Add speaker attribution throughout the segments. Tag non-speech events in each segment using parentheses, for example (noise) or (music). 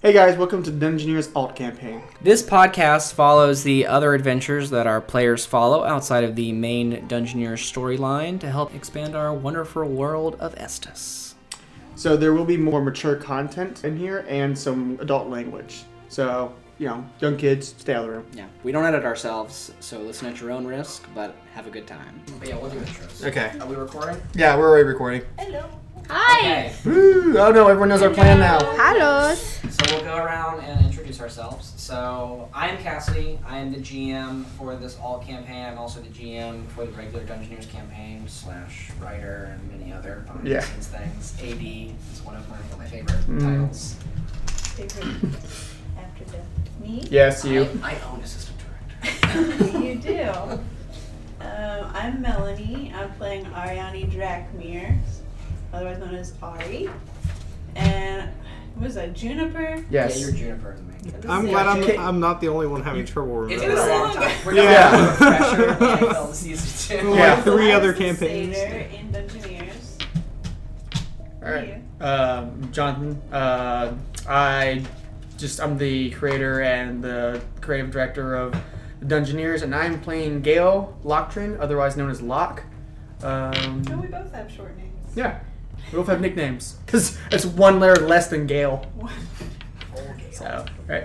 Speaker 1: Hey guys, welcome to Dungeoneers Alt Campaign.
Speaker 2: This podcast follows the other adventures that our players follow outside of the main Dungeoneer storyline to help expand our wonderful world of Estus.
Speaker 1: So there will be more mature content in here and some adult language. So, you know, young kids, stay out of the room.
Speaker 2: Yeah, we don't edit ourselves, so listen at your own risk, but have a good time. But yeah, we'll do intros.
Speaker 3: Okay.
Speaker 2: Are we recording?
Speaker 3: Yeah, we're already recording.
Speaker 4: Hi.
Speaker 3: Woo! Oh no, everyone knows our plan now.
Speaker 4: Halos.
Speaker 2: So we'll go around and introduce ourselves. So I'm Cassidy. I am the GM for this alt campaign. I'm also the GM for the regular Dungeoneers campaign slash writer and many other behind the
Speaker 1: Yeah. Mm.
Speaker 2: scenes things. AD is one of my, my favorite titles.
Speaker 4: After death. Me?
Speaker 1: Yes, you.
Speaker 2: I, I own assistant director. (laughs)
Speaker 4: you do. Um, I'm Melanie. I'm playing Ariani Drakmir, otherwise known as Ari. And what was that? Juniper?
Speaker 2: Yeah,
Speaker 1: Yes.
Speaker 2: you're Juniper in the main. game.
Speaker 5: I'm
Speaker 4: Yeah.
Speaker 5: glad
Speaker 1: Okay.
Speaker 5: I'm, I'm not the only one having trouble
Speaker 2: It's
Speaker 5: remembering.
Speaker 2: been a long time. We're
Speaker 1: Yeah. (laughs)
Speaker 2: yeah. pressure until season two.
Speaker 5: Yeah.
Speaker 4: So
Speaker 5: Three
Speaker 4: I was
Speaker 5: other
Speaker 4: the
Speaker 5: campaigns.
Speaker 4: satyr in Dungeoneers.
Speaker 1: All right. Um, Jonathan, uh, I just, I'm the creator and the creative director of Dungeoneers, and I'm playing Gale Locktrin, otherwise known as Locke.
Speaker 4: No,
Speaker 1: Um,
Speaker 4: we both have short names. (laughs)
Speaker 1: yeah. We both have nicknames, because it's one letter less than Gale.
Speaker 4: Oh,
Speaker 1: So, Oh, right.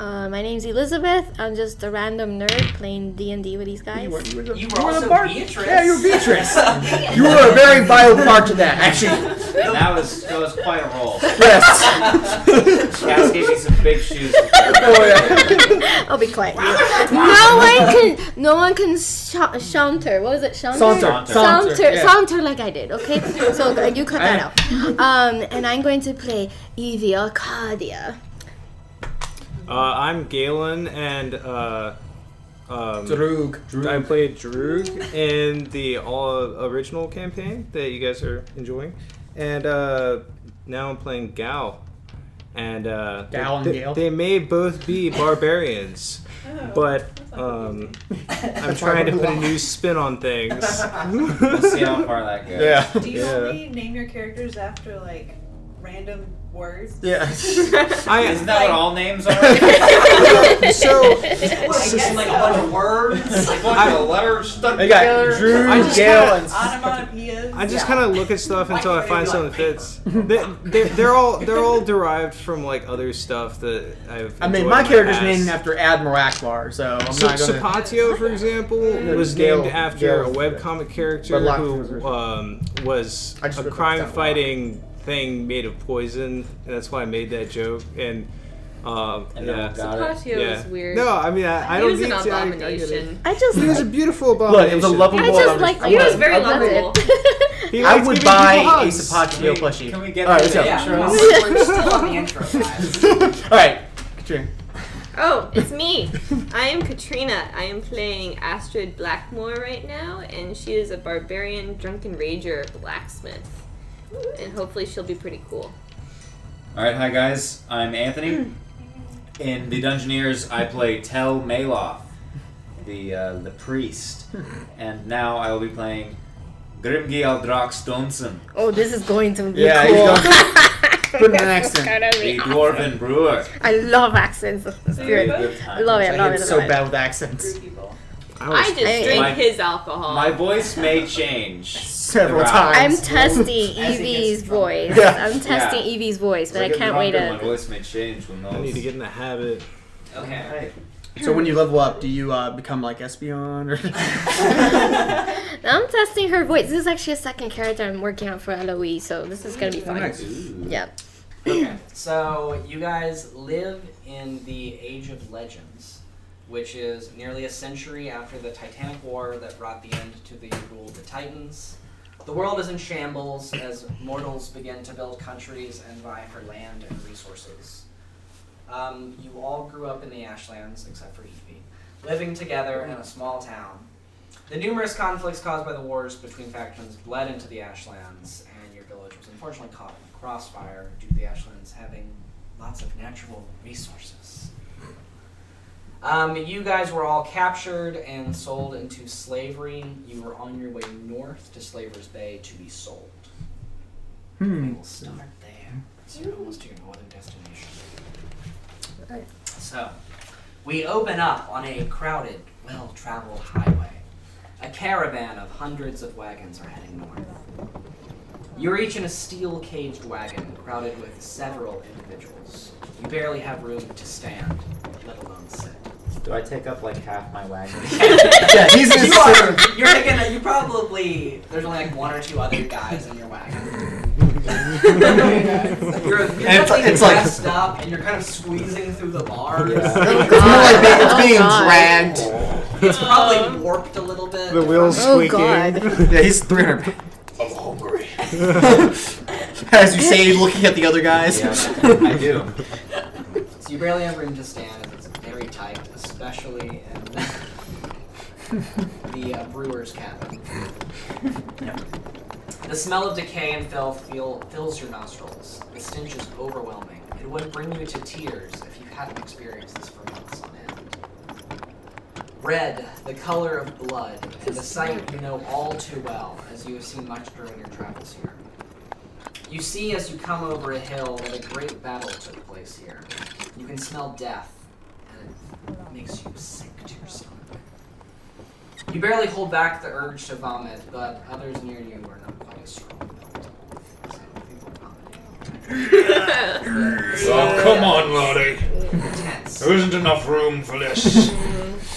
Speaker 6: Uh, my name's Elizabeth. I'm just a random nerd playing D and D with these guys.
Speaker 1: You were, you were, the-
Speaker 2: You
Speaker 1: you
Speaker 2: were
Speaker 1: were
Speaker 2: also
Speaker 1: the bar-
Speaker 2: Beatrice.
Speaker 1: Yeah, you were Beatrice.
Speaker 2: (laughs)
Speaker 1: you were a very vital part of that, actually.
Speaker 7: That was that was quite a role.
Speaker 1: (laughs) Yes.
Speaker 7: Cass gave me some big shoes.
Speaker 1: Oh, (laughs) yeah.
Speaker 6: (laughs) I'll be
Speaker 1: (laughs)
Speaker 6: quiet. no one can, no one can sh- shunter. What was it? Shunter.
Speaker 1: Saunter.
Speaker 6: Saunter,
Speaker 1: Saunter, yeah.
Speaker 6: saunter like I
Speaker 1: (laughs)
Speaker 6: did, okay? So uh, you cut that out. Um, and I'm going to play
Speaker 1: (laughs)
Speaker 6: Evie Arcadia.
Speaker 5: Uh, I'm Galen, and uh, um,
Speaker 1: Droog.
Speaker 5: I played Droog in the all original campaign that you guys are enjoying, and uh, now I'm playing Gal. And uh,
Speaker 1: Gal and
Speaker 5: they,
Speaker 1: Gale?
Speaker 5: they may both be barbarians,
Speaker 4: Oh,
Speaker 5: but
Speaker 4: that's not
Speaker 5: um, I'm
Speaker 1: That's why
Speaker 5: trying to
Speaker 1: we're
Speaker 5: put a
Speaker 1: lost.
Speaker 5: new spin on
Speaker 1: (laughs)
Speaker 5: things.
Speaker 7: We'll see how far that goes.
Speaker 5: (laughs) yeah.
Speaker 4: Do you
Speaker 5: yeah.
Speaker 4: only name your characters after like random words?
Speaker 5: (laughs)
Speaker 1: Yeah.
Speaker 5: I,
Speaker 7: Isn't that what all names
Speaker 2: (laughs)
Speaker 7: are? a
Speaker 5: so
Speaker 2: What, I guess, like a bunch of (laughs) words.
Speaker 7: bunch of letters stuck
Speaker 1: I got
Speaker 7: together.
Speaker 1: Drew,
Speaker 5: I just
Speaker 1: Gale,
Speaker 5: kinda-
Speaker 1: and
Speaker 4: Onomatopoeias.
Speaker 5: I just
Speaker 2: Yeah.
Speaker 5: kind of look at stuff
Speaker 2: Why
Speaker 5: until I
Speaker 2: can't
Speaker 5: find
Speaker 2: we do,
Speaker 5: something
Speaker 2: like,
Speaker 5: that fits. They, they're, they're all they're all derived from like other stuff that I've.
Speaker 1: I mean,
Speaker 5: enjoyed
Speaker 1: my
Speaker 5: in the
Speaker 1: character's
Speaker 5: past.
Speaker 1: named after Admiral Akbar, so I'm
Speaker 5: So,
Speaker 1: not gonna.
Speaker 5: Sapatio, for example,
Speaker 1: Yeah,
Speaker 5: was
Speaker 1: Gale-
Speaker 5: named after
Speaker 1: Gale
Speaker 5: a
Speaker 1: was
Speaker 5: webcomic
Speaker 1: good.
Speaker 5: character
Speaker 1: But Locke was
Speaker 5: who
Speaker 1: original.
Speaker 5: um, was
Speaker 1: I just
Speaker 5: a
Speaker 1: wrote that down.
Speaker 5: crime-fighting thing made of poison. And that's why I made that joke. And um,
Speaker 7: And then
Speaker 5: yeah,
Speaker 7: we got it.
Speaker 8: Patio
Speaker 5: yeah.
Speaker 8: is weird.
Speaker 5: No, I mean, I, I
Speaker 8: he
Speaker 5: don't
Speaker 8: was
Speaker 5: need
Speaker 8: an
Speaker 5: to. I- I get it.
Speaker 8: abomination.
Speaker 6: I just,
Speaker 5: He was a beautiful abomination.
Speaker 1: Look, it was a lovable.
Speaker 6: I just like.
Speaker 1: abomination.
Speaker 8: He was very
Speaker 6: That's it.
Speaker 8: lovable.
Speaker 5: He
Speaker 1: I
Speaker 5: likes
Speaker 1: would
Speaker 5: giving
Speaker 1: buy
Speaker 5: people
Speaker 1: a
Speaker 5: hugs.
Speaker 1: Sapatio
Speaker 7: Can we-
Speaker 1: plushie.
Speaker 7: Can we get
Speaker 1: All right,
Speaker 7: into
Speaker 1: so-
Speaker 7: the
Speaker 2: yeah,
Speaker 7: intro?
Speaker 2: we're, we're still on the intro,
Speaker 1: (laughs)
Speaker 2: guys.
Speaker 1: All right, Katrina.
Speaker 8: Oh, it's (laughs) me. I am Katrina. I am playing Astrid Blackmore right now, and she is a barbarian, drunken rager blacksmith. And hopefully, she'll be pretty cool.
Speaker 7: All right, hi guys. I'm Anthony.
Speaker 6: Hmm.
Speaker 7: In the Dungeoneers, I play Tel Maloth, the uh, the priest,
Speaker 6: Hmm.
Speaker 7: and now I will be playing Grimgi Aldrak Stonson,
Speaker 6: (laughs) oh, this is going to be
Speaker 1: Yeah, he's
Speaker 6: cool. (laughs)
Speaker 1: Put in an accent.
Speaker 6: Gonna
Speaker 7: the
Speaker 6: be
Speaker 7: dwarven brewer.
Speaker 6: awesome. I love accents. It's
Speaker 4: Very
Speaker 6: good.
Speaker 4: good.
Speaker 6: I love it. I
Speaker 1: I
Speaker 6: love
Speaker 1: am
Speaker 6: it. I
Speaker 1: so
Speaker 6: love it.
Speaker 1: bad with accents.
Speaker 4: Group people.
Speaker 5: Oh,
Speaker 8: I just
Speaker 6: Hey,
Speaker 8: drink
Speaker 7: hey.
Speaker 8: his alcohol.
Speaker 7: My voice
Speaker 6: (laughs)
Speaker 7: may change.
Speaker 1: Several
Speaker 7: They're out.
Speaker 6: I'm
Speaker 1: times.
Speaker 6: testing
Speaker 2: As he gets
Speaker 6: Evie's
Speaker 2: drunk.
Speaker 6: voice.
Speaker 1: Yeah.
Speaker 6: I'm testing Evie's voice, but I
Speaker 7: get
Speaker 6: can't wait
Speaker 7: drunker, My
Speaker 6: to.
Speaker 7: voice may change when those.
Speaker 5: I need to get in the habit.
Speaker 2: Okay.
Speaker 7: Hey.
Speaker 1: so when you level up, do you uh, become like Espeon or?
Speaker 5: (laughs)
Speaker 4: (laughs)
Speaker 6: I'm testing her voice. This is actually a second character I'm working on for Eloise, so this is gonna be fun.
Speaker 7: Ooh.
Speaker 6: Yeah.
Speaker 2: Okay.
Speaker 1: (clears throat)
Speaker 2: So you guys live in the Age of Legends, which is nearly a century after the Titanic War that brought the end to the rule of the Titans. The world is in shambles as mortals begin to build countries and vie for land and resources. Um, you all grew up in the Ashlands, except for Evie, living together in a small town. The numerous conflicts caused by the wars between factions bled into the Ashlands, and your village was unfortunately caught in crossfire due to the Ashlands having lots of natural resources. Um, you guys were all captured and sold into slavery. You were on your way north to Slaver's Bay to be sold.
Speaker 1: Hmm.
Speaker 2: We will start there. So you're almost to your northern destination. So, we open up on a crowded, well traveled highway. A caravan of hundreds of wagons are heading north. You're each in a steel caged wagon crowded with several individuals. You barely have room to stand, let alone sit.
Speaker 7: Do I take up like half
Speaker 6: (laughs)
Speaker 7: my wagon?
Speaker 3: Yeah, he's
Speaker 2: You
Speaker 3: just
Speaker 2: are, you're thinking that you probably, there's only like one or two other guys in your wagon. (laughs) you're you're
Speaker 3: it's-
Speaker 2: definitely
Speaker 3: it's like-
Speaker 2: dressed up and you're kind of squeezing through the bars. (laughs)
Speaker 3: It's more like being, it's
Speaker 6: Oh,
Speaker 3: being
Speaker 6: God.
Speaker 3: dragged.
Speaker 2: It's probably warped a little bit.
Speaker 5: The wheels
Speaker 6: Oh,
Speaker 5: squeaking.
Speaker 6: God.
Speaker 3: Yeah, he's 300 pounds. I'm
Speaker 1: Hmm.
Speaker 3: hungry. (laughs) As you say, looking at the other guys. (laughs)
Speaker 7: Yeah, I do.
Speaker 2: So you barely have room to stand. It's very tight, especially in (laughs) the uh, brewer's cabin. The smell of decay and filth feel, fills your nostrils. The stench is overwhelming. It would bring you to tears if you hadn't experienced this for months on end. Red, the color of blood, and a sight you know all too well, as you have seen much during your travels here. You see as you come over a hill that a great battle took place here. You can smell death, and it makes you sick to your stomach. You barely hold back the urge to vomit, but others near you are not quite as strong. So people vomiting.
Speaker 9: Oh, come on, Lottie.
Speaker 2: Tense.
Speaker 9: There isn't enough room for this.
Speaker 2: (laughs)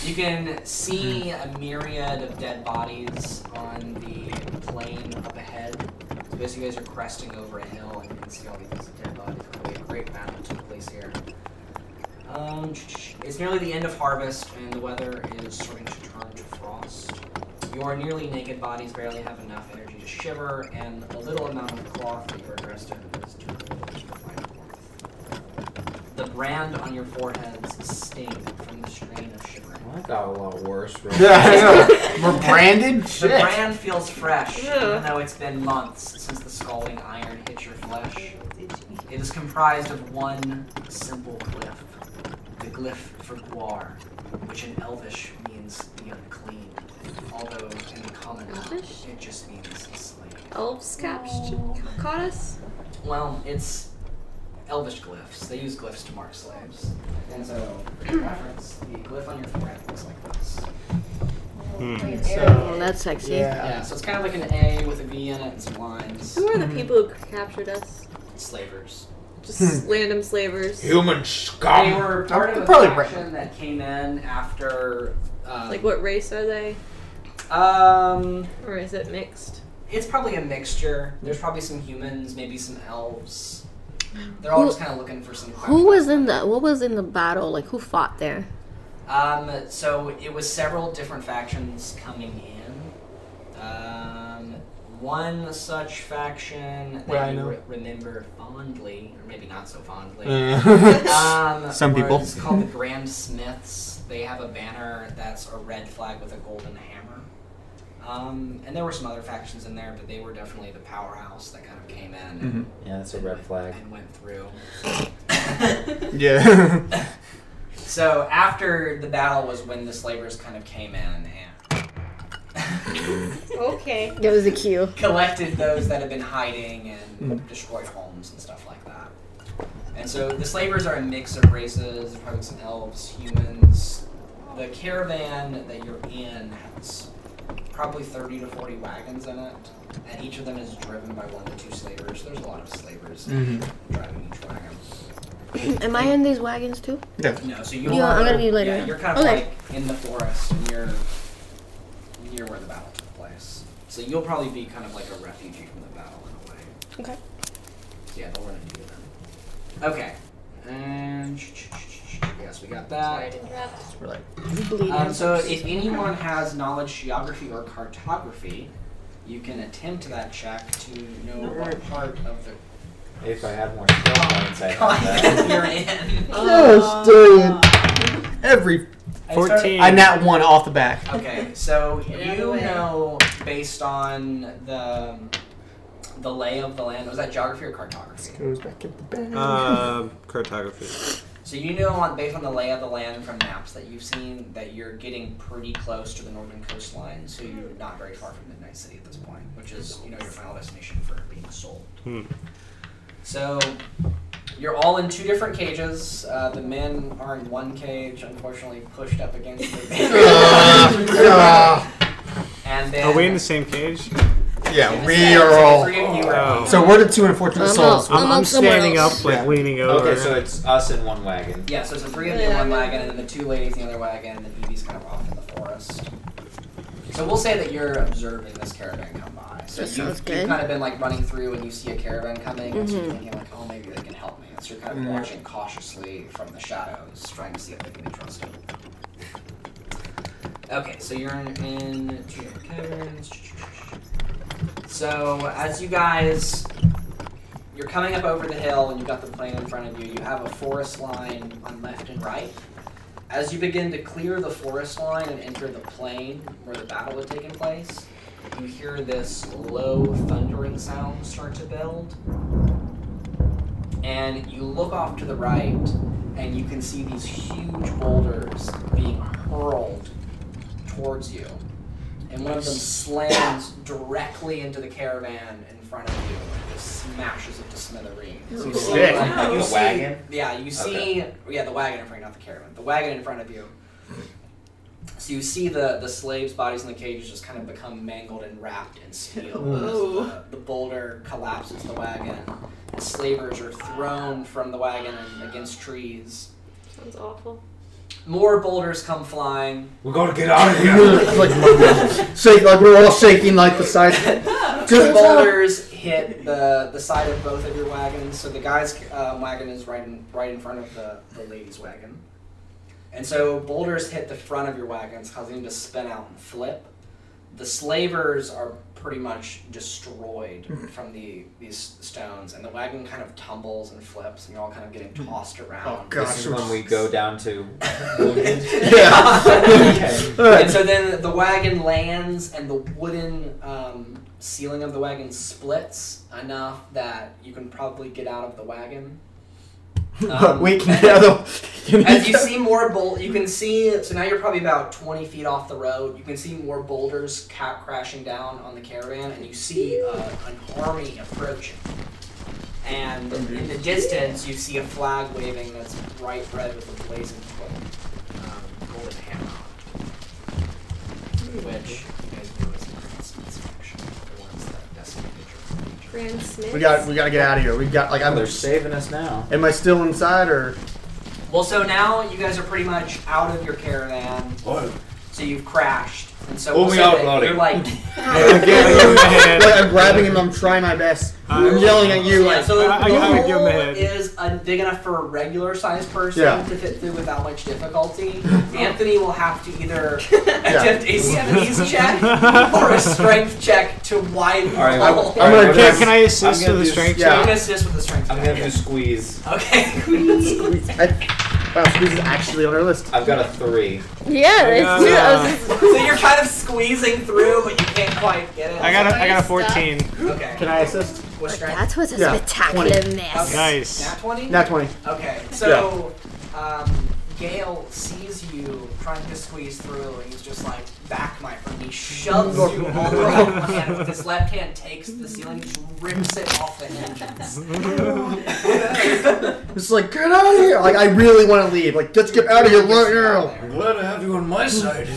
Speaker 2: You can see a myriad of dead bodies on the plain up ahead. So as you guys are cresting over a hill, and you can see all these dead bodies. Really a great battle took place here. Um, it's nearly the end of harvest, and the weather is starting to turn to frost. Your nearly naked bodies barely have enough energy to shiver, and the little amount of cloth that you're dressed in is too little to provide warmth. The brand on your foreheads sting from the strain of shivering.
Speaker 7: Well, that got a lot
Speaker 9: (laughs)
Speaker 7: worse. Really.
Speaker 3: Yeah, I know. We're branded?
Speaker 2: The
Speaker 3: Shit.
Speaker 2: brand feels fresh,
Speaker 8: Ew.
Speaker 2: even though it's been months since the scalding iron hit your flesh. It is comprised of one simple glyph, the glyph for Guar, which in Elvish means the unclean, although in common
Speaker 8: Elvish?
Speaker 2: it just means slave.
Speaker 8: Elves captured, caught us.
Speaker 2: Well, it's Elvish glyphs. They use glyphs to mark slaves. And so, (clears throat) for reference, the glyph on your forehead looks like this.
Speaker 6: Oh, that's sexy.
Speaker 2: Yeah, so it's kind of like an A with a V in it and some lines.
Speaker 8: Who are the people who captured us?
Speaker 2: Slavers.
Speaker 8: Just random slavers.
Speaker 9: Human
Speaker 2: They
Speaker 9: scum.
Speaker 2: were part of a
Speaker 3: Um, probably
Speaker 2: faction that came in after. Um,
Speaker 8: Like what race are they?
Speaker 2: Um,
Speaker 8: Or is it mixed?
Speaker 2: it's probably a mixture. There's probably some humans, maybe some elves. They're all
Speaker 6: Who-
Speaker 2: just kind of looking for some.
Speaker 6: Who was in the what was in the battle? Like who fought there?
Speaker 2: Um, so it was several different factions coming in. Um, one such faction that
Speaker 3: Well, I
Speaker 2: you
Speaker 3: know.
Speaker 2: re- remember fondly, or maybe not so fondly.
Speaker 7: (laughs)
Speaker 3: Yeah.
Speaker 2: Um,
Speaker 3: Some people.
Speaker 2: It's called the Grand Smiths. They have a banner that's a red flag with a golden hammer. Um, and there were some other factions in there, but they were definitely the powerhouse that kind of came in and,
Speaker 7: Yeah, that's Mm-hmm. a red flag.
Speaker 2: and went through. (laughs)
Speaker 3: yeah.
Speaker 2: So after the battle was when the slavers kind of came in and
Speaker 8: Okay.
Speaker 6: That was a cue.
Speaker 2: collected those that had been hiding and destroyed homes and stuff like that. And so the slavers are a mix of races, probably some elves, humans. The caravan that you're in has probably 30 to 40 wagons in it, and each of them is driven by one to two slavers. There's a lot of slavers driving each wagon.
Speaker 6: Am I in these wagons too?
Speaker 2: No, so you
Speaker 6: Yeah,
Speaker 2: are.
Speaker 6: I'm gonna be later.
Speaker 2: Yeah, you're kind of
Speaker 6: Okay.
Speaker 2: like in the forest, and you're near where the battle took place. So you'll probably be kind of like a refugee from the battle in a way.
Speaker 6: Okay.
Speaker 2: Yeah, they'll run into you then. Okay. And yes, we got that.
Speaker 3: We're like,
Speaker 2: Um, so if anyone has knowledge geography or cartography, you can attempt that check to know what part of the
Speaker 7: If I
Speaker 8: (laughs)
Speaker 7: had more skill points, I'd have that.
Speaker 3: (laughs)
Speaker 2: continent you're
Speaker 6: (laughs) Oh,
Speaker 2: in.
Speaker 7: Oh.
Speaker 3: yes, dude. Every.
Speaker 2: I started-
Speaker 3: I nat one off the back.
Speaker 5: (laughs)
Speaker 2: Okay, so
Speaker 8: out of the
Speaker 2: you
Speaker 8: way.
Speaker 2: know based on the the lay of the land. Was that geography or cartography?
Speaker 3: Goes back at the back.
Speaker 5: (laughs) Um, cartography.
Speaker 2: So you know on based on the lay of the land from maps that you've seen that you're getting pretty close to the northern coastline. So you're
Speaker 8: Hmm.
Speaker 2: not very far from Midnight City at this point, which is you know your final destination for being sold.
Speaker 5: Hmm.
Speaker 2: So You're all in two different cages. Uh, the men are in one cage, unfortunately pushed up against
Speaker 5: (laughs)
Speaker 3: Ah,
Speaker 2: the. and then
Speaker 5: Are we in the same cage?
Speaker 3: yeah, we are all.
Speaker 2: Three of you are
Speaker 5: Oh.
Speaker 3: So we're the two unfortunate
Speaker 6: I'm
Speaker 3: souls.
Speaker 6: out.
Speaker 5: I'm,
Speaker 6: I'm
Speaker 5: I'm
Speaker 6: somewhere
Speaker 5: standing
Speaker 6: else.
Speaker 5: up, like
Speaker 3: Yeah.
Speaker 5: leaning over.
Speaker 7: Okay, so it's us in one wagon.
Speaker 2: Yeah, so it's the three of you in one wagon, and then the two ladies in the other wagon, and then Evie's kind of off in the forest. So we'll say that you're observing this caravan come by. So
Speaker 6: That
Speaker 2: you've,
Speaker 6: sounds
Speaker 2: you've
Speaker 6: good.
Speaker 2: kind of been like running through, and you see a caravan coming, and so you're thinking like, oh, maybe they can help me. And so you're kind of watching cautiously from the shadows, trying to see if they can be trusted. Okay, so you're in, in two different caverns. So as you guys you're coming up over the hill and you've got the plain in front of you. You have a forest line on left and right. As you begin to clear the forest line and enter the plain where the battle had taken place, you hear this low thundering sound start to build. And you look off to the right and you can see these huge boulders being hurled towards you. And one of them slams directly into the caravan in front of you and just smashes it to smithereens. You see,
Speaker 1: Sick.
Speaker 2: like,
Speaker 7: Like
Speaker 2: you
Speaker 7: a
Speaker 2: see-
Speaker 7: wagon?
Speaker 2: Yeah, you see, yeah, the wagon in front, not the caravan, the wagon in front of you. So you see the, the slaves' bodies in the cages just kind of become mangled and wrapped in
Speaker 8: (laughs)
Speaker 2: steel. as The, the boulder collapses the wagon. The slavers are thrown from the wagon and against trees.
Speaker 8: Sounds awful.
Speaker 2: More boulders come flying.
Speaker 9: We gotta get out of here.
Speaker 3: like, shake, like we're all shaking like the sides.
Speaker 7: (laughs)
Speaker 2: The boulders hit the, the side of both of your wagons. So the guy's uh, wagon is right in, right in front of the, the lady's wagon. And so boulders hit the front of your wagons, causing them to spin out and flip. The slavers are pretty much destroyed
Speaker 7: Hmm.
Speaker 2: from the these stones, and the wagon kind of tumbles and flips, and you're all kind of getting tossed around.
Speaker 7: Hmm. This is when we go
Speaker 2: (laughs)
Speaker 7: (laughs)
Speaker 3: (laughs)
Speaker 7: down to.
Speaker 3: (laughs)
Speaker 7: (laughs)
Speaker 3: Yeah.
Speaker 2: and so then the wagon lands, and the wooden um, ceiling of the wagon splits enough that you can probably get out of the wagon. Um,
Speaker 3: (laughs) we can get out of the-
Speaker 2: (laughs) As you see more bol, you can see. So now you're probably about 20 feet off the road. You can see more boulders ca- crashing down on the caravan, and you see uh, an army approaching. And in the distance, you see a flag waving that's bright red with a blazing quill, um, golden hammer, on it. which you guys know is Grand Smith's faction, the ones that decimated your region.
Speaker 8: Grand Smith.
Speaker 3: we got, we got to get out of here. We got, like, I'm.
Speaker 7: They're saving us now.
Speaker 3: Am I still inside
Speaker 7: (laughs)
Speaker 3: or?
Speaker 2: Well, so now you guys are pretty much out of your caravan.
Speaker 9: Oh,
Speaker 2: So you've crashed, and so
Speaker 7: Oh,
Speaker 2: we'll
Speaker 7: we
Speaker 2: say
Speaker 7: are
Speaker 2: that
Speaker 7: loading.
Speaker 5: (laughs)
Speaker 2: you're like
Speaker 3: (laughs)
Speaker 5: I give him a hand.
Speaker 3: Like, I'm grabbing him. I'm trying my best. I'm yelling at you.
Speaker 2: yeah,
Speaker 3: Like,
Speaker 2: so the,
Speaker 5: I- I
Speaker 2: the
Speaker 5: gotta give him a
Speaker 2: hole
Speaker 5: head.
Speaker 2: is uh, big enough for a regular sized person
Speaker 3: Yeah.
Speaker 2: to fit through without much
Speaker 7: (laughs)
Speaker 2: difficulty. Anthony will have
Speaker 5: (laughs)
Speaker 2: to either attempt a sneeze check or a strength check to widen
Speaker 7: All right,
Speaker 2: the hole.
Speaker 7: I'm
Speaker 3: gonna
Speaker 5: Can-
Speaker 3: guess-
Speaker 5: Can I
Speaker 7: I'm
Speaker 5: assist
Speaker 7: gonna
Speaker 5: with the
Speaker 7: do-
Speaker 5: strength
Speaker 3: yeah.
Speaker 2: I'm
Speaker 5: check?
Speaker 2: gonna assist with the strength.
Speaker 7: I'm
Speaker 2: check.
Speaker 7: gonna do squeeze.
Speaker 2: Okay, (laughs) queen.
Speaker 3: I, wow, this is actually on our list.
Speaker 7: I've got a three.
Speaker 6: Yeah, that's true. I was just,
Speaker 2: so you're kind of squeezing through, but you can't quite get it.
Speaker 5: I got a, I got a
Speaker 6: Are you stuck?
Speaker 5: 14.
Speaker 2: Okay.
Speaker 3: Can I assist?
Speaker 2: What's strength?
Speaker 6: that was a
Speaker 3: Yeah,
Speaker 6: spectacular
Speaker 2: Okay.
Speaker 6: mess.
Speaker 5: Nice.
Speaker 2: Nat twenty.
Speaker 3: Nat 20.
Speaker 2: Okay, so um, Gail sees you trying to squeeze through, and he's just like, back my friend. He shoves you all the way with one hand. With his left hand, takes the ceiling, just rips it off the hinges.
Speaker 3: It's like, get out of here. Like, I really want to leave. Like, let's get out of here right now.
Speaker 9: I'm glad to have you on my side.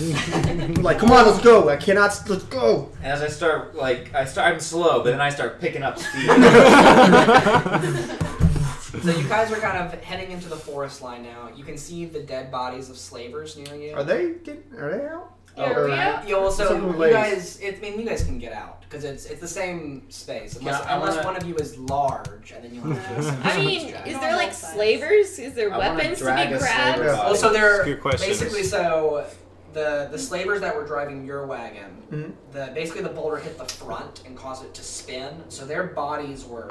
Speaker 3: Like, come on, let's go. I cannot. s- Let's go.
Speaker 7: And as I start, like, I start, I'm slow, but then I start picking up speed.
Speaker 8: (laughs)
Speaker 6: (laughs)
Speaker 2: so you guys are kind of heading into the forest line now. You can see the dead bodies of slavers near you.
Speaker 3: Are they getting? Are they out?
Speaker 6: Yeah,
Speaker 3: Or-
Speaker 6: are we out?
Speaker 2: You also,
Speaker 3: Some
Speaker 2: you
Speaker 3: ways.
Speaker 2: guys, it, I mean, you guys can get out because it's it's the same space, unless,
Speaker 7: Yeah, I
Speaker 2: unless
Speaker 7: wanna-
Speaker 2: one of you is large, and then you have
Speaker 7: (laughs)
Speaker 2: to. do some
Speaker 8: I mean,
Speaker 2: strategy.
Speaker 8: is there like slavers? Is there
Speaker 7: I wanna
Speaker 8: weapons to
Speaker 7: drag
Speaker 8: be
Speaker 7: a
Speaker 8: grabbed?
Speaker 7: slaver body.
Speaker 2: Well, so there
Speaker 5: It's a good question.
Speaker 2: basically so the the slavers that were driving your wagon,
Speaker 3: Mhm.
Speaker 2: the basically the boulder hit the front and caused it to spin. So their bodies were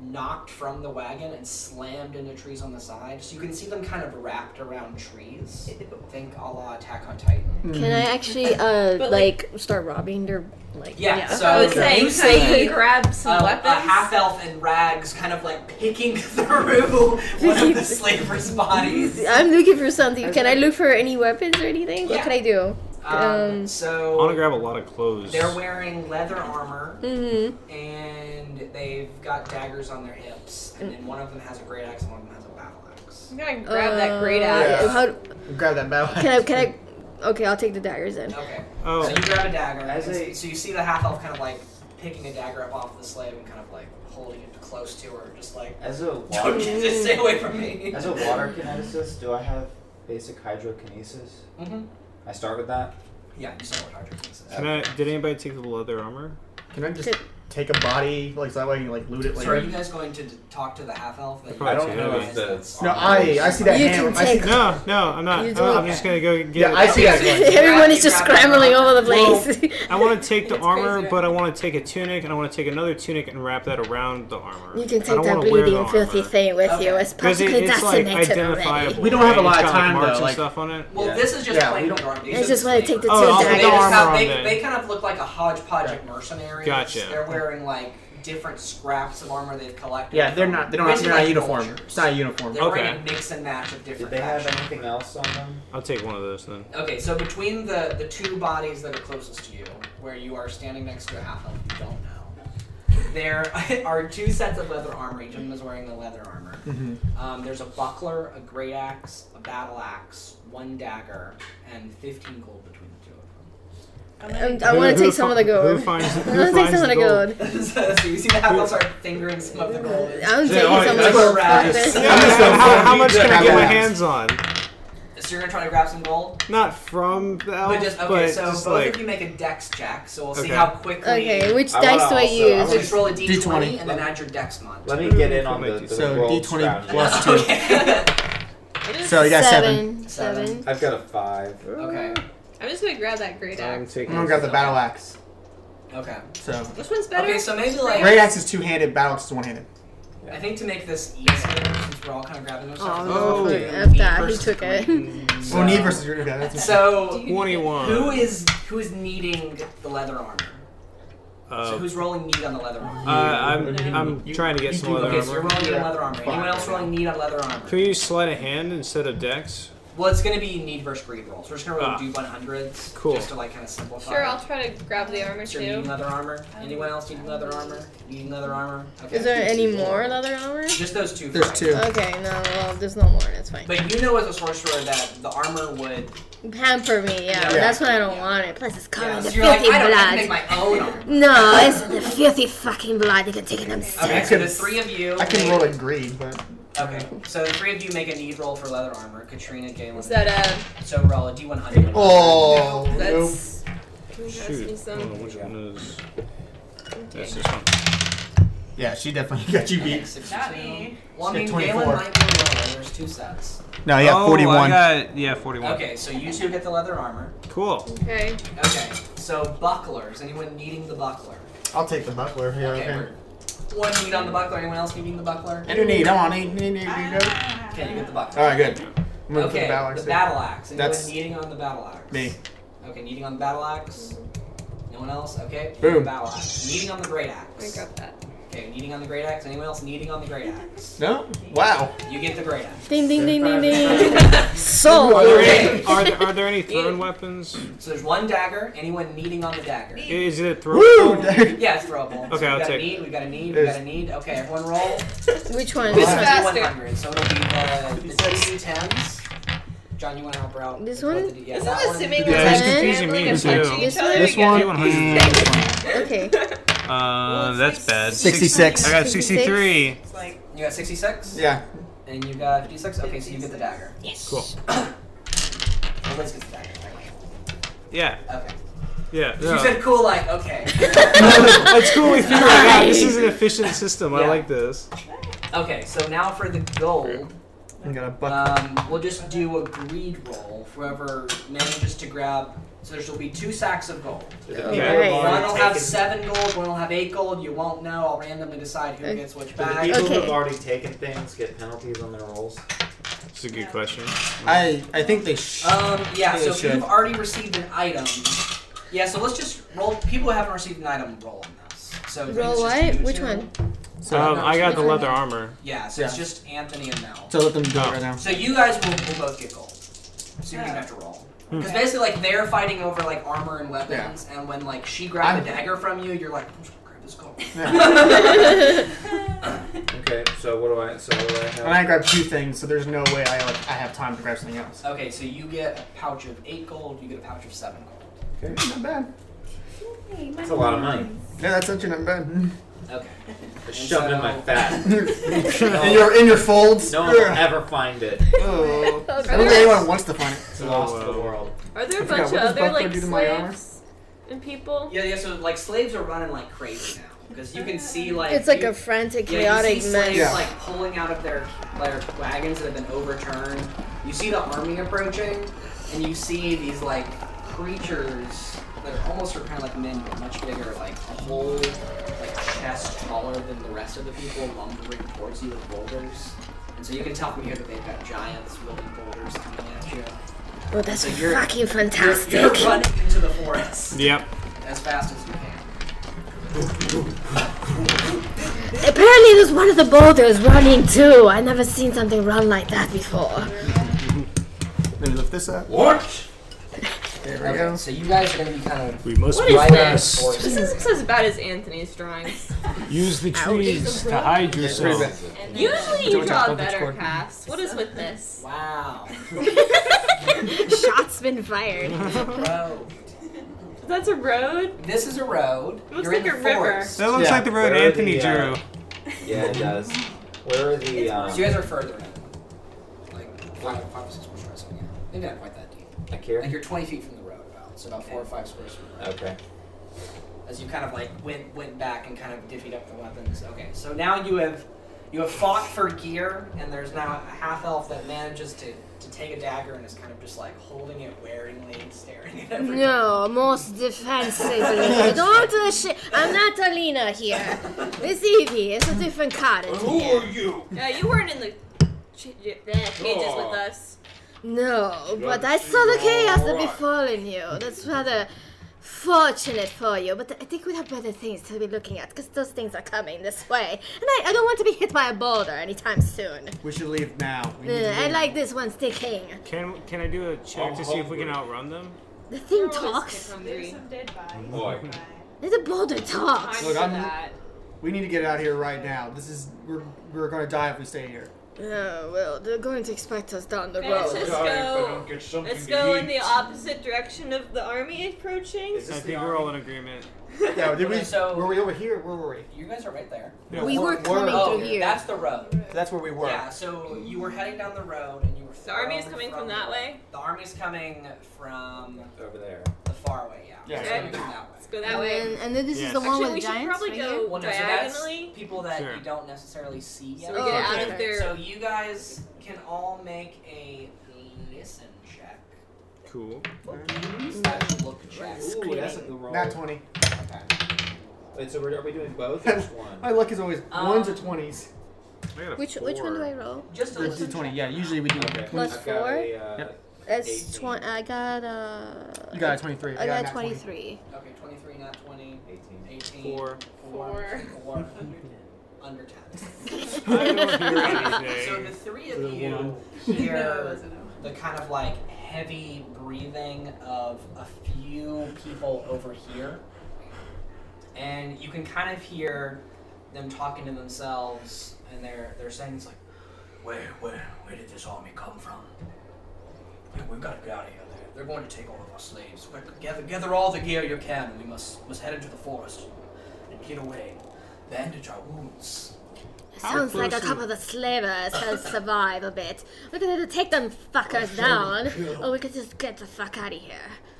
Speaker 2: knocked from the wagon and slammed into trees on the side. So you can see them kind of wrapped around trees. Think a la Attack on Titan.
Speaker 6: Can
Speaker 5: Mm-hmm.
Speaker 6: I actually, uh,
Speaker 8: But, like-
Speaker 6: like, start robbing their, like,
Speaker 2: Yeah.
Speaker 8: I
Speaker 2: So
Speaker 8: would say
Speaker 2: you
Speaker 8: so you
Speaker 2: see
Speaker 5: (laughs)
Speaker 8: could grab
Speaker 2: a,
Speaker 8: some
Speaker 2: a
Speaker 8: weapons.
Speaker 2: half elf in rags, kind of like picking (laughs) through one of the slavers' bodies. Um,
Speaker 6: I'm looking for something. Can I look for any weapons or anything? What
Speaker 2: Yeah.
Speaker 6: can I do?
Speaker 5: I
Speaker 2: Um,
Speaker 6: Um,
Speaker 5: want to
Speaker 2: so
Speaker 5: grab a lot of clothes.
Speaker 2: they're wearing leather armor
Speaker 6: Mm-hmm.
Speaker 2: and they've got daggers on their hips, and then one of them has a great axe, and one of them has a battle axe.
Speaker 8: I'm gonna grab that great axe.
Speaker 3: yeah.
Speaker 6: Uh, How,
Speaker 1: Grab that battle.
Speaker 6: can I? Can I? Okay, I'll take the
Speaker 2: (laughs)
Speaker 6: daggers then.
Speaker 2: Okay. So
Speaker 5: Oh,
Speaker 2: you grab a dagger.
Speaker 3: As
Speaker 2: and
Speaker 3: a-
Speaker 2: so you see the half elf kind of like picking a dagger up off the slave and kind of like holding it close to her, just like
Speaker 7: As a
Speaker 2: don't
Speaker 7: water,
Speaker 2: get this, (laughs) stay away from me.
Speaker 7: (laughs) as a water kineticist, do I have basic hydrokinesis?
Speaker 2: hmm
Speaker 7: I start with that.
Speaker 2: Yeah, you saw what Hardrick thinks.
Speaker 5: can I, did anybody take the leather armor?
Speaker 1: Can I just take a body like so that way I can like loot it
Speaker 2: So are
Speaker 1: later?
Speaker 2: you guys going to d- talk to the half elf? That you
Speaker 5: Probably
Speaker 7: I don't
Speaker 5: too
Speaker 7: know
Speaker 5: heavy.
Speaker 7: if the
Speaker 1: No, I I see that
Speaker 6: You
Speaker 1: hand.
Speaker 6: can
Speaker 1: I see,
Speaker 6: take-
Speaker 5: No, no, I'm not.
Speaker 6: You
Speaker 5: I'm,
Speaker 6: don't.
Speaker 5: I'm just gonna go get
Speaker 1: yeah,
Speaker 5: it.
Speaker 1: I see that. Going.
Speaker 6: Everyone is just scrambling over the
Speaker 5: Well,
Speaker 6: place. (laughs)
Speaker 5: I want to take the
Speaker 8: It's
Speaker 5: armor,
Speaker 8: crazy.
Speaker 5: but I want to take a tunic, and I want to take another tunic and wrap that around the armor.
Speaker 6: you can
Speaker 5: I
Speaker 6: take
Speaker 5: don't
Speaker 6: that
Speaker 5: wanna wear the
Speaker 6: bleeding, filthy
Speaker 5: armor.
Speaker 6: thing with you.
Speaker 2: Okay.
Speaker 6: It's
Speaker 5: 'Cause it-
Speaker 6: practically
Speaker 5: it's like
Speaker 6: decimated
Speaker 5: identifiable.
Speaker 6: already.
Speaker 1: We don't have a
Speaker 5: right?
Speaker 1: lot of
Speaker 5: It's got,
Speaker 1: time,
Speaker 5: Like marks
Speaker 1: though,
Speaker 5: and
Speaker 1: like-
Speaker 5: stuff on it.
Speaker 2: Well,
Speaker 7: Yeah.
Speaker 2: this is just
Speaker 1: Yeah,
Speaker 2: plain
Speaker 1: we-
Speaker 2: old army.
Speaker 6: I just want to take the two
Speaker 5: Oh, I'll
Speaker 2: So they,
Speaker 5: put the
Speaker 2: just
Speaker 5: armor
Speaker 6: daggers.
Speaker 2: have,
Speaker 5: on
Speaker 2: they,
Speaker 5: then.
Speaker 2: they kind of look like a hodgepodge of mercenaries.
Speaker 5: Gotcha.
Speaker 2: They're wearing like different scraps of armor they've collected.
Speaker 1: Yeah, they're
Speaker 2: from
Speaker 1: not. They don't. They're not
Speaker 2: basically
Speaker 1: uniform.
Speaker 2: cultures.
Speaker 1: It's not uniform.
Speaker 2: They're wearing a
Speaker 5: Okay.
Speaker 2: mix and match of different.
Speaker 7: Did they have
Speaker 2: fashions.
Speaker 7: anything else on them?
Speaker 5: I'll take one of those then.
Speaker 2: Okay, so between the the two bodies that are closest to you, where you are standing next to a half elf you don't know, there (laughs) are two sets of leather armor. Each of them is wearing the leather armor.
Speaker 5: Mm-hmm.
Speaker 2: Um, there's a buckler, a great axe, a battle axe, one dagger, and 15 gold between the two of them.
Speaker 4: I'm
Speaker 6: Um,
Speaker 4: gonna,
Speaker 6: I want
Speaker 5: Who-
Speaker 6: to
Speaker 5: who
Speaker 6: take some of the
Speaker 5: fi-
Speaker 6: gold.
Speaker 5: Who finds? Who
Speaker 6: (laughs) I want to take
Speaker 5: finds
Speaker 6: some of the
Speaker 5: gold?
Speaker 2: (laughs)
Speaker 6: gold.
Speaker 2: so, so you see the half elf start fingering some of the gold.
Speaker 6: I'm
Speaker 1: Yeah,
Speaker 6: taking
Speaker 1: alright,
Speaker 6: some of the
Speaker 1: that's-
Speaker 6: gold.
Speaker 2: that's-
Speaker 5: (laughs)
Speaker 6: first.
Speaker 5: Yeah,
Speaker 1: I'm just
Speaker 5: how,
Speaker 1: gonna
Speaker 5: how,
Speaker 1: fucking
Speaker 5: much
Speaker 1: eat
Speaker 5: can I
Speaker 1: that
Speaker 5: get my
Speaker 1: half-ass.
Speaker 5: hands on?
Speaker 2: So you're gonna try to grab some gold,
Speaker 5: Not from the elf,
Speaker 2: but
Speaker 5: but
Speaker 2: just okay. so
Speaker 5: just
Speaker 2: both
Speaker 5: like
Speaker 2: of you make a dex check. So we'll see
Speaker 5: Okay.
Speaker 2: how quickly.
Speaker 6: Okay, which
Speaker 7: I
Speaker 6: dice
Speaker 7: wanna
Speaker 6: do I
Speaker 7: also- I
Speaker 2: So
Speaker 6: use?
Speaker 7: wanna-
Speaker 2: just roll a d20,
Speaker 1: D20.
Speaker 2: and then add your dex mod.
Speaker 7: Let me get in on the, the
Speaker 1: So
Speaker 7: roll
Speaker 1: D20
Speaker 7: scrounge. (laughs)
Speaker 1: plus two.
Speaker 2: (laughs) Okay.
Speaker 1: So you got seven.
Speaker 6: Seven. Seven.
Speaker 7: I've got a five.
Speaker 2: okay.
Speaker 8: I'm just gonna grab that great
Speaker 5: I'm
Speaker 8: axe.
Speaker 1: I'm
Speaker 5: taking.
Speaker 1: gonna grab the battle axe.
Speaker 2: Okay.
Speaker 1: So
Speaker 8: Which one's better?
Speaker 2: Okay, so maybe like
Speaker 1: great axe is two handed. Battle axe is one handed.
Speaker 2: I think to make this easier, since we're all kind of grabbing those.
Speaker 5: Oh,
Speaker 6: Oh,
Speaker 5: yeah.
Speaker 6: F that. He took it.
Speaker 1: Oh, need versus okay, that's
Speaker 2: So
Speaker 5: Twenty-one.
Speaker 2: who is who is needing the leather armor?
Speaker 5: Uh,
Speaker 2: So who's rolling need on the leather
Speaker 5: uh,
Speaker 2: armor?
Speaker 5: I'm
Speaker 4: You-
Speaker 5: I'm trying to get
Speaker 1: you
Speaker 5: some
Speaker 1: do-
Speaker 5: other
Speaker 2: okay, so you're
Speaker 5: armor.
Speaker 2: rolling need on
Speaker 1: Yeah.
Speaker 2: leather armor. Anyone else rolling need on leather armor?
Speaker 5: Can you sleight of hand instead of dex?
Speaker 2: Well, it's gonna be need versus greed rolls. We're just gonna roll
Speaker 5: Ah.
Speaker 2: do 100s
Speaker 5: Cool.
Speaker 2: just to like kind of simplify.
Speaker 8: Sure, I'll try to grab the armor
Speaker 2: so you're needing
Speaker 8: too.
Speaker 2: leather armor. Anyone else needing leather armor? Needing leather armor? Okay.
Speaker 6: (laughs) Is there any more leather armor?
Speaker 2: Just those two. for
Speaker 1: There's
Speaker 2: right
Speaker 1: two.
Speaker 2: now.
Speaker 6: Okay, no, well, there's no more. That's fine.
Speaker 2: But you know, as a sorcerer, that the armor would
Speaker 6: Hamper me, yeah.
Speaker 2: Yeah.
Speaker 6: That's why I don't want it. Plus, it's covered
Speaker 2: Yeah,
Speaker 6: in
Speaker 2: so
Speaker 6: the
Speaker 2: you're like,
Speaker 6: filthy
Speaker 2: I don't have to make
Speaker 6: blood.
Speaker 2: my own armor.
Speaker 6: No, it's the filthy fucking blood. They can take it themselves.
Speaker 2: Okay,
Speaker 1: I
Speaker 2: so
Speaker 1: could-
Speaker 2: the three of you.
Speaker 1: I can
Speaker 2: make-
Speaker 1: roll a greed, but
Speaker 2: Okay, so the three of you make a need roll for leather armor. Katrina, Galen.
Speaker 8: Is that a?
Speaker 2: So roll a d100.
Speaker 1: oh, nope.
Speaker 8: That's. Can you pass me
Speaker 5: Shoot. Hold
Speaker 8: some?
Speaker 5: on, which one is?
Speaker 8: Okay.
Speaker 5: That's this one.
Speaker 1: yeah, she definitely (laughs) got you
Speaker 2: Okay,
Speaker 1: beat.
Speaker 2: 62.
Speaker 4: not me.
Speaker 2: Well, I
Speaker 1: Yeah,
Speaker 2: mean,
Speaker 1: 24.
Speaker 2: Galen might be lower. There's two sets.
Speaker 1: No, yeah,
Speaker 5: oh, I
Speaker 1: forty-one.
Speaker 5: got, yeah, forty-one.
Speaker 2: Okay, so you two get the leather armor.
Speaker 5: Cool.
Speaker 8: Okay.
Speaker 2: Okay, so bucklers. Anyone needing the buckler?
Speaker 1: I'll take the buckler. Yeah,
Speaker 2: Okay,
Speaker 1: okay.
Speaker 2: we're- one need on the buckler. Anyone else needing the buckler?
Speaker 1: I do need. I want need. Need. Need. Need. Go.
Speaker 4: ah,
Speaker 2: Okay, you get the buckler.
Speaker 1: All right, good. I'm gonna put
Speaker 2: okay,
Speaker 1: the battle axe. in.
Speaker 2: battle axe. Anyone
Speaker 1: That's-
Speaker 2: needing on the battle axe?
Speaker 1: Me.
Speaker 2: Okay, needing on the battle axe. No one else? Okay.
Speaker 1: Boom.
Speaker 2: Battle axe. Needing on the great
Speaker 8: I
Speaker 2: axe.
Speaker 8: got that.
Speaker 2: Okay, needing on the great axe. Anyone else needing on the great axe?
Speaker 1: No. Wow.
Speaker 2: You get the great axe.
Speaker 6: Ding, ding, ding, ding, ding. (laughs) So,
Speaker 5: Are there
Speaker 6: okay.
Speaker 5: any, are there, are there
Speaker 2: (laughs)
Speaker 5: any thrown weapons?
Speaker 2: So there's one dagger. Anyone needing on the dagger?
Speaker 5: Is it thrown?
Speaker 1: Woo! (laughs) dude.
Speaker 2: Yeah, it's throwable.
Speaker 5: Okay,
Speaker 2: so
Speaker 5: I'll
Speaker 2: we got a
Speaker 5: take-
Speaker 2: need. We got a need. We
Speaker 1: There's-
Speaker 2: got a need. Okay, everyone roll.
Speaker 6: Which one?
Speaker 2: This
Speaker 6: This
Speaker 2: is
Speaker 6: one?
Speaker 8: faster.
Speaker 2: 100, so it'll be uh, the, the two tens. John, you want to help her out?
Speaker 6: This
Speaker 2: with
Speaker 6: one?
Speaker 2: the D- yeah,
Speaker 8: Isn't
Speaker 2: that
Speaker 8: this
Speaker 2: one.
Speaker 8: assuming
Speaker 5: Yeah,
Speaker 8: we're
Speaker 6: it's
Speaker 8: like
Speaker 5: confusing
Speaker 8: scrambling
Speaker 5: me
Speaker 8: and
Speaker 5: too.
Speaker 8: punching each
Speaker 6: This
Speaker 8: other
Speaker 5: This
Speaker 8: to get-
Speaker 5: one. this one.
Speaker 2: (laughs)
Speaker 6: Okay.
Speaker 5: Uh, that's bad.
Speaker 1: 66.
Speaker 5: I got
Speaker 6: 66.
Speaker 5: 63.
Speaker 4: it's like
Speaker 2: You got 66?
Speaker 1: Yeah.
Speaker 2: And you got 56? Okay, so you get the dagger.
Speaker 6: Yes.
Speaker 5: Cool.
Speaker 2: Well, Liz gets the dagger. right?
Speaker 5: Yeah,
Speaker 2: Okay.
Speaker 5: yeah.
Speaker 2: You
Speaker 5: (laughs)
Speaker 2: said cool, like, okay.
Speaker 5: That's cool. We figured it out. This is an efficient system.
Speaker 2: Yeah.
Speaker 5: I like this.
Speaker 2: okay, so now for the gold.
Speaker 1: I got a buck.
Speaker 2: Um, we'll just do a greed roll. Whoever manages to grab. So there will be two sacks of gold.
Speaker 5: Okay.
Speaker 6: Alright.
Speaker 2: One will have seven gold, one will have eight gold. You won't know. I'll randomly decide who gets which
Speaker 7: Do the
Speaker 2: bag.
Speaker 7: people
Speaker 6: Okay.
Speaker 7: who've already taken things get penalties on their rolls?
Speaker 5: It's a good question.
Speaker 1: I I think they. Sh-
Speaker 2: Um, yeah,
Speaker 1: They
Speaker 2: so if
Speaker 1: should.
Speaker 2: you've already received an item. Yeah, so let's just roll. People who haven't received an item, roll on this. So it's
Speaker 6: Roll
Speaker 2: just
Speaker 6: what?
Speaker 2: you
Speaker 6: Which
Speaker 2: two.
Speaker 6: one?
Speaker 1: so,
Speaker 5: Um, I got the
Speaker 6: Yeah.
Speaker 5: leather armor.
Speaker 2: Yeah, so it's
Speaker 1: Yeah.
Speaker 2: just Anthony and Mel.
Speaker 1: so let them do it
Speaker 5: Oh.
Speaker 1: right now.
Speaker 6: Oh.
Speaker 2: So you guys will, will both get gold. So you don't even
Speaker 4: Yeah.
Speaker 2: have to roll. Because basically, like they're fighting over like armor and weapons, and when like she grabbed the
Speaker 1: I'm-
Speaker 2: dagger from you, you're like, I'm just gonna grab this card.
Speaker 7: Okay, so what do I? So what do I have?
Speaker 1: And I grabbed two things, so there's no way I like, I have time to grab something else.
Speaker 2: Okay, so you get a pouch of eight gold. You get a pouch of seven gold.
Speaker 1: Not bad.
Speaker 7: That's a lot of money.
Speaker 1: Yeah, that's actually not
Speaker 2: (laughs)
Speaker 1: bad.
Speaker 2: Okay.
Speaker 7: I shoved it in my
Speaker 2: (laughs)
Speaker 7: fat.
Speaker 1: in your in your folds.
Speaker 7: No one will ever find it.
Speaker 1: (laughs) Oh. I don't think anyone wants to find it.
Speaker 7: It's lost to the world.
Speaker 8: Are there a
Speaker 1: I forgot,
Speaker 8: bunch of
Speaker 1: what does
Speaker 8: other
Speaker 1: Buckler
Speaker 8: like
Speaker 1: do to my armor?
Speaker 8: slaves and people?
Speaker 2: Yeah, yeah. So like slaves are running like crazy now because you can see like
Speaker 6: It's like
Speaker 2: you-
Speaker 6: a frantic,
Speaker 2: yeah, you
Speaker 6: chaotic
Speaker 2: see
Speaker 6: mess.
Speaker 2: slaves
Speaker 1: Yeah.
Speaker 2: like pulling out of their their wagons that have been overturned. You see the army approaching, and you see these like creatures that are almost are kind of like men but much bigger, like a whole like chest taller than the rest of the people lumbering towards you with boulders. And so you can tell from here that they've got giants wielding boulders coming at you.
Speaker 6: Oh, that's
Speaker 2: So you're-
Speaker 6: fucking
Speaker 2: You're,
Speaker 6: fantastic.
Speaker 2: you're running into the forest
Speaker 5: Yep.
Speaker 2: as fast as you can.
Speaker 6: Apparently, there's one of the boulders running too. I never seen something run like that before.
Speaker 1: Let me lift this up.
Speaker 9: What?
Speaker 1: There we
Speaker 2: Okay,
Speaker 1: go.
Speaker 2: so you guys are gonna be kind of
Speaker 10: We must
Speaker 8: What is
Speaker 2: right at
Speaker 8: this?
Speaker 2: the
Speaker 8: This
Speaker 2: forest.
Speaker 8: is as bad as Anthony's
Speaker 1: (laughs)
Speaker 8: drawings.
Speaker 10: use the trees to hide yourself.
Speaker 8: Usually you
Speaker 1: Don't
Speaker 8: draw
Speaker 1: talk, don't
Speaker 8: better
Speaker 1: record.
Speaker 8: casts. What is
Speaker 1: (laughs)
Speaker 8: with this?
Speaker 2: Wow,
Speaker 6: Shots been fired.
Speaker 2: bro.
Speaker 8: That's a road?
Speaker 2: This is a road.
Speaker 8: It looks
Speaker 2: You're in
Speaker 8: like
Speaker 2: the
Speaker 8: a river.
Speaker 2: forest.
Speaker 5: That looks
Speaker 1: Yeah.
Speaker 5: like the road
Speaker 7: Where are
Speaker 5: Anthony
Speaker 7: the, uh,
Speaker 5: drew.
Speaker 7: Yeah, it does. Where are the? Um,
Speaker 2: So you guys are further in. Like five, five or six more squares. Yeah. Maybe not quite that deep.
Speaker 7: like here?
Speaker 2: Like you're 20 feet from the road, about. So about four or five squares from the road.
Speaker 7: Okay.
Speaker 2: As you kind of like went went back and kind of divvied up the weapons. Okay. So now you have you have fought for gear, and there's now a half elf that manages to to take a dagger and is kind of just like holding it waringly and staring at everyone.
Speaker 6: (laughs) No, most defensively. Don't uh, sh- I'm not Alina here. It's Evie. It's a different cottage.
Speaker 9: Who are you?
Speaker 8: Yeah, you weren't in the ch- ch- uh, cages with us.
Speaker 6: No, but I saw the chaos that befallen you. That's rather fortunate for you. But I think we have better things to be looking at because those things are coming this way. And I, I don't want to be hit by a boulder anytime soon.
Speaker 1: We should leave now. We
Speaker 6: Ugh,
Speaker 1: need to
Speaker 6: I
Speaker 1: leave.
Speaker 6: like this one sticking.
Speaker 10: Can can I do a check to see if we can outrun them?
Speaker 6: The thing
Speaker 8: We're always
Speaker 6: talks.
Speaker 4: There's
Speaker 8: hungry.
Speaker 4: some dead bodies.
Speaker 7: Boy. (laughs)
Speaker 4: nearby.
Speaker 6: The boulder talks.
Speaker 8: Time
Speaker 1: Look,
Speaker 8: for
Speaker 1: I'm-
Speaker 8: that.
Speaker 1: We need to get out of here right now. This is we're we're gonna die if we stay
Speaker 2: (laughs)
Speaker 1: here.
Speaker 6: Oh, well, they're going to expect us down the
Speaker 8: Okay, let's
Speaker 6: road.
Speaker 8: just
Speaker 9: Die if I
Speaker 8: go.
Speaker 9: don't get something
Speaker 8: Let's
Speaker 9: to
Speaker 8: go
Speaker 9: eat.
Speaker 8: in the opposite direction of the army approaching.
Speaker 7: Is
Speaker 10: I
Speaker 7: this the
Speaker 10: think we're all in agreement.
Speaker 1: Yeah, did we?
Speaker 2: Okay, so-
Speaker 1: were we over here? Where were we?
Speaker 2: You guys are right there.
Speaker 6: We were coming
Speaker 2: Oh,
Speaker 6: through here.
Speaker 2: that's the road.
Speaker 1: That's where we were.
Speaker 2: Yeah, so you were heading down the road and you were.
Speaker 8: The army is
Speaker 2: following
Speaker 8: coming from that way.
Speaker 2: The army's coming from
Speaker 7: over there?
Speaker 2: the far way, yeah.
Speaker 1: Yeah.
Speaker 2: It's coming from that way.
Speaker 8: Let's go that
Speaker 6: and,
Speaker 8: way.
Speaker 6: and then this
Speaker 10: Yes.
Speaker 6: is the one
Speaker 8: Actually, we
Speaker 6: with
Speaker 8: should
Speaker 6: giants.
Speaker 8: probably
Speaker 6: right
Speaker 8: go
Speaker 6: here?
Speaker 2: Well, no, so that's
Speaker 8: diagonally.
Speaker 2: people that
Speaker 10: Sure.
Speaker 2: you don't necessarily see
Speaker 8: So
Speaker 2: yet.
Speaker 8: we get Oh, out
Speaker 6: Okay.
Speaker 8: of there.
Speaker 2: So you guys can all make a listen check.
Speaker 5: Cool.
Speaker 1: Mm-hmm.
Speaker 2: Slash Look check.
Speaker 7: Ooh, that's a good roll.
Speaker 1: Not twenty.
Speaker 7: Wait, so we're, are we doing both or just one?
Speaker 1: My luck is always
Speaker 2: Um,
Speaker 1: ones or twenties.
Speaker 5: I got a
Speaker 6: Which which one do I roll?
Speaker 2: Just a listen
Speaker 1: twenty.
Speaker 2: check.
Speaker 1: Yeah, usually we do.
Speaker 7: Okay.
Speaker 6: Plus
Speaker 7: I've got
Speaker 6: four?
Speaker 7: A, uh,
Speaker 1: Yep.
Speaker 6: It's
Speaker 7: 18.
Speaker 6: twenty. I got uh.
Speaker 1: You got a twenty-three.
Speaker 6: I
Speaker 1: a
Speaker 6: got
Speaker 1: nat 20.
Speaker 6: twenty-three.
Speaker 2: Okay, 23, not 20,
Speaker 7: 18.
Speaker 2: 18,
Speaker 5: Four.
Speaker 2: 4, 4, under
Speaker 8: (laughs)
Speaker 2: 10.
Speaker 5: I don't hear
Speaker 2: (laughs) So the
Speaker 5: anything.
Speaker 2: three of you hear the kind of like heavy breathing of a few people over here. And you can kind of hear them talking to themselves and they're they're saying it's like, Where where where did this army come from? We- We've got to get out of here. They're, they're going to take all of our slaves. Quick, Gather, gather all the gear you can. We must must head into the forest and get away. Bandage our wounds.
Speaker 6: Sounds like a couple of the slavers has survived a bit. We're gonna take them
Speaker 1: Oh,
Speaker 6: fuckers down, or we could just get the fuck out of here.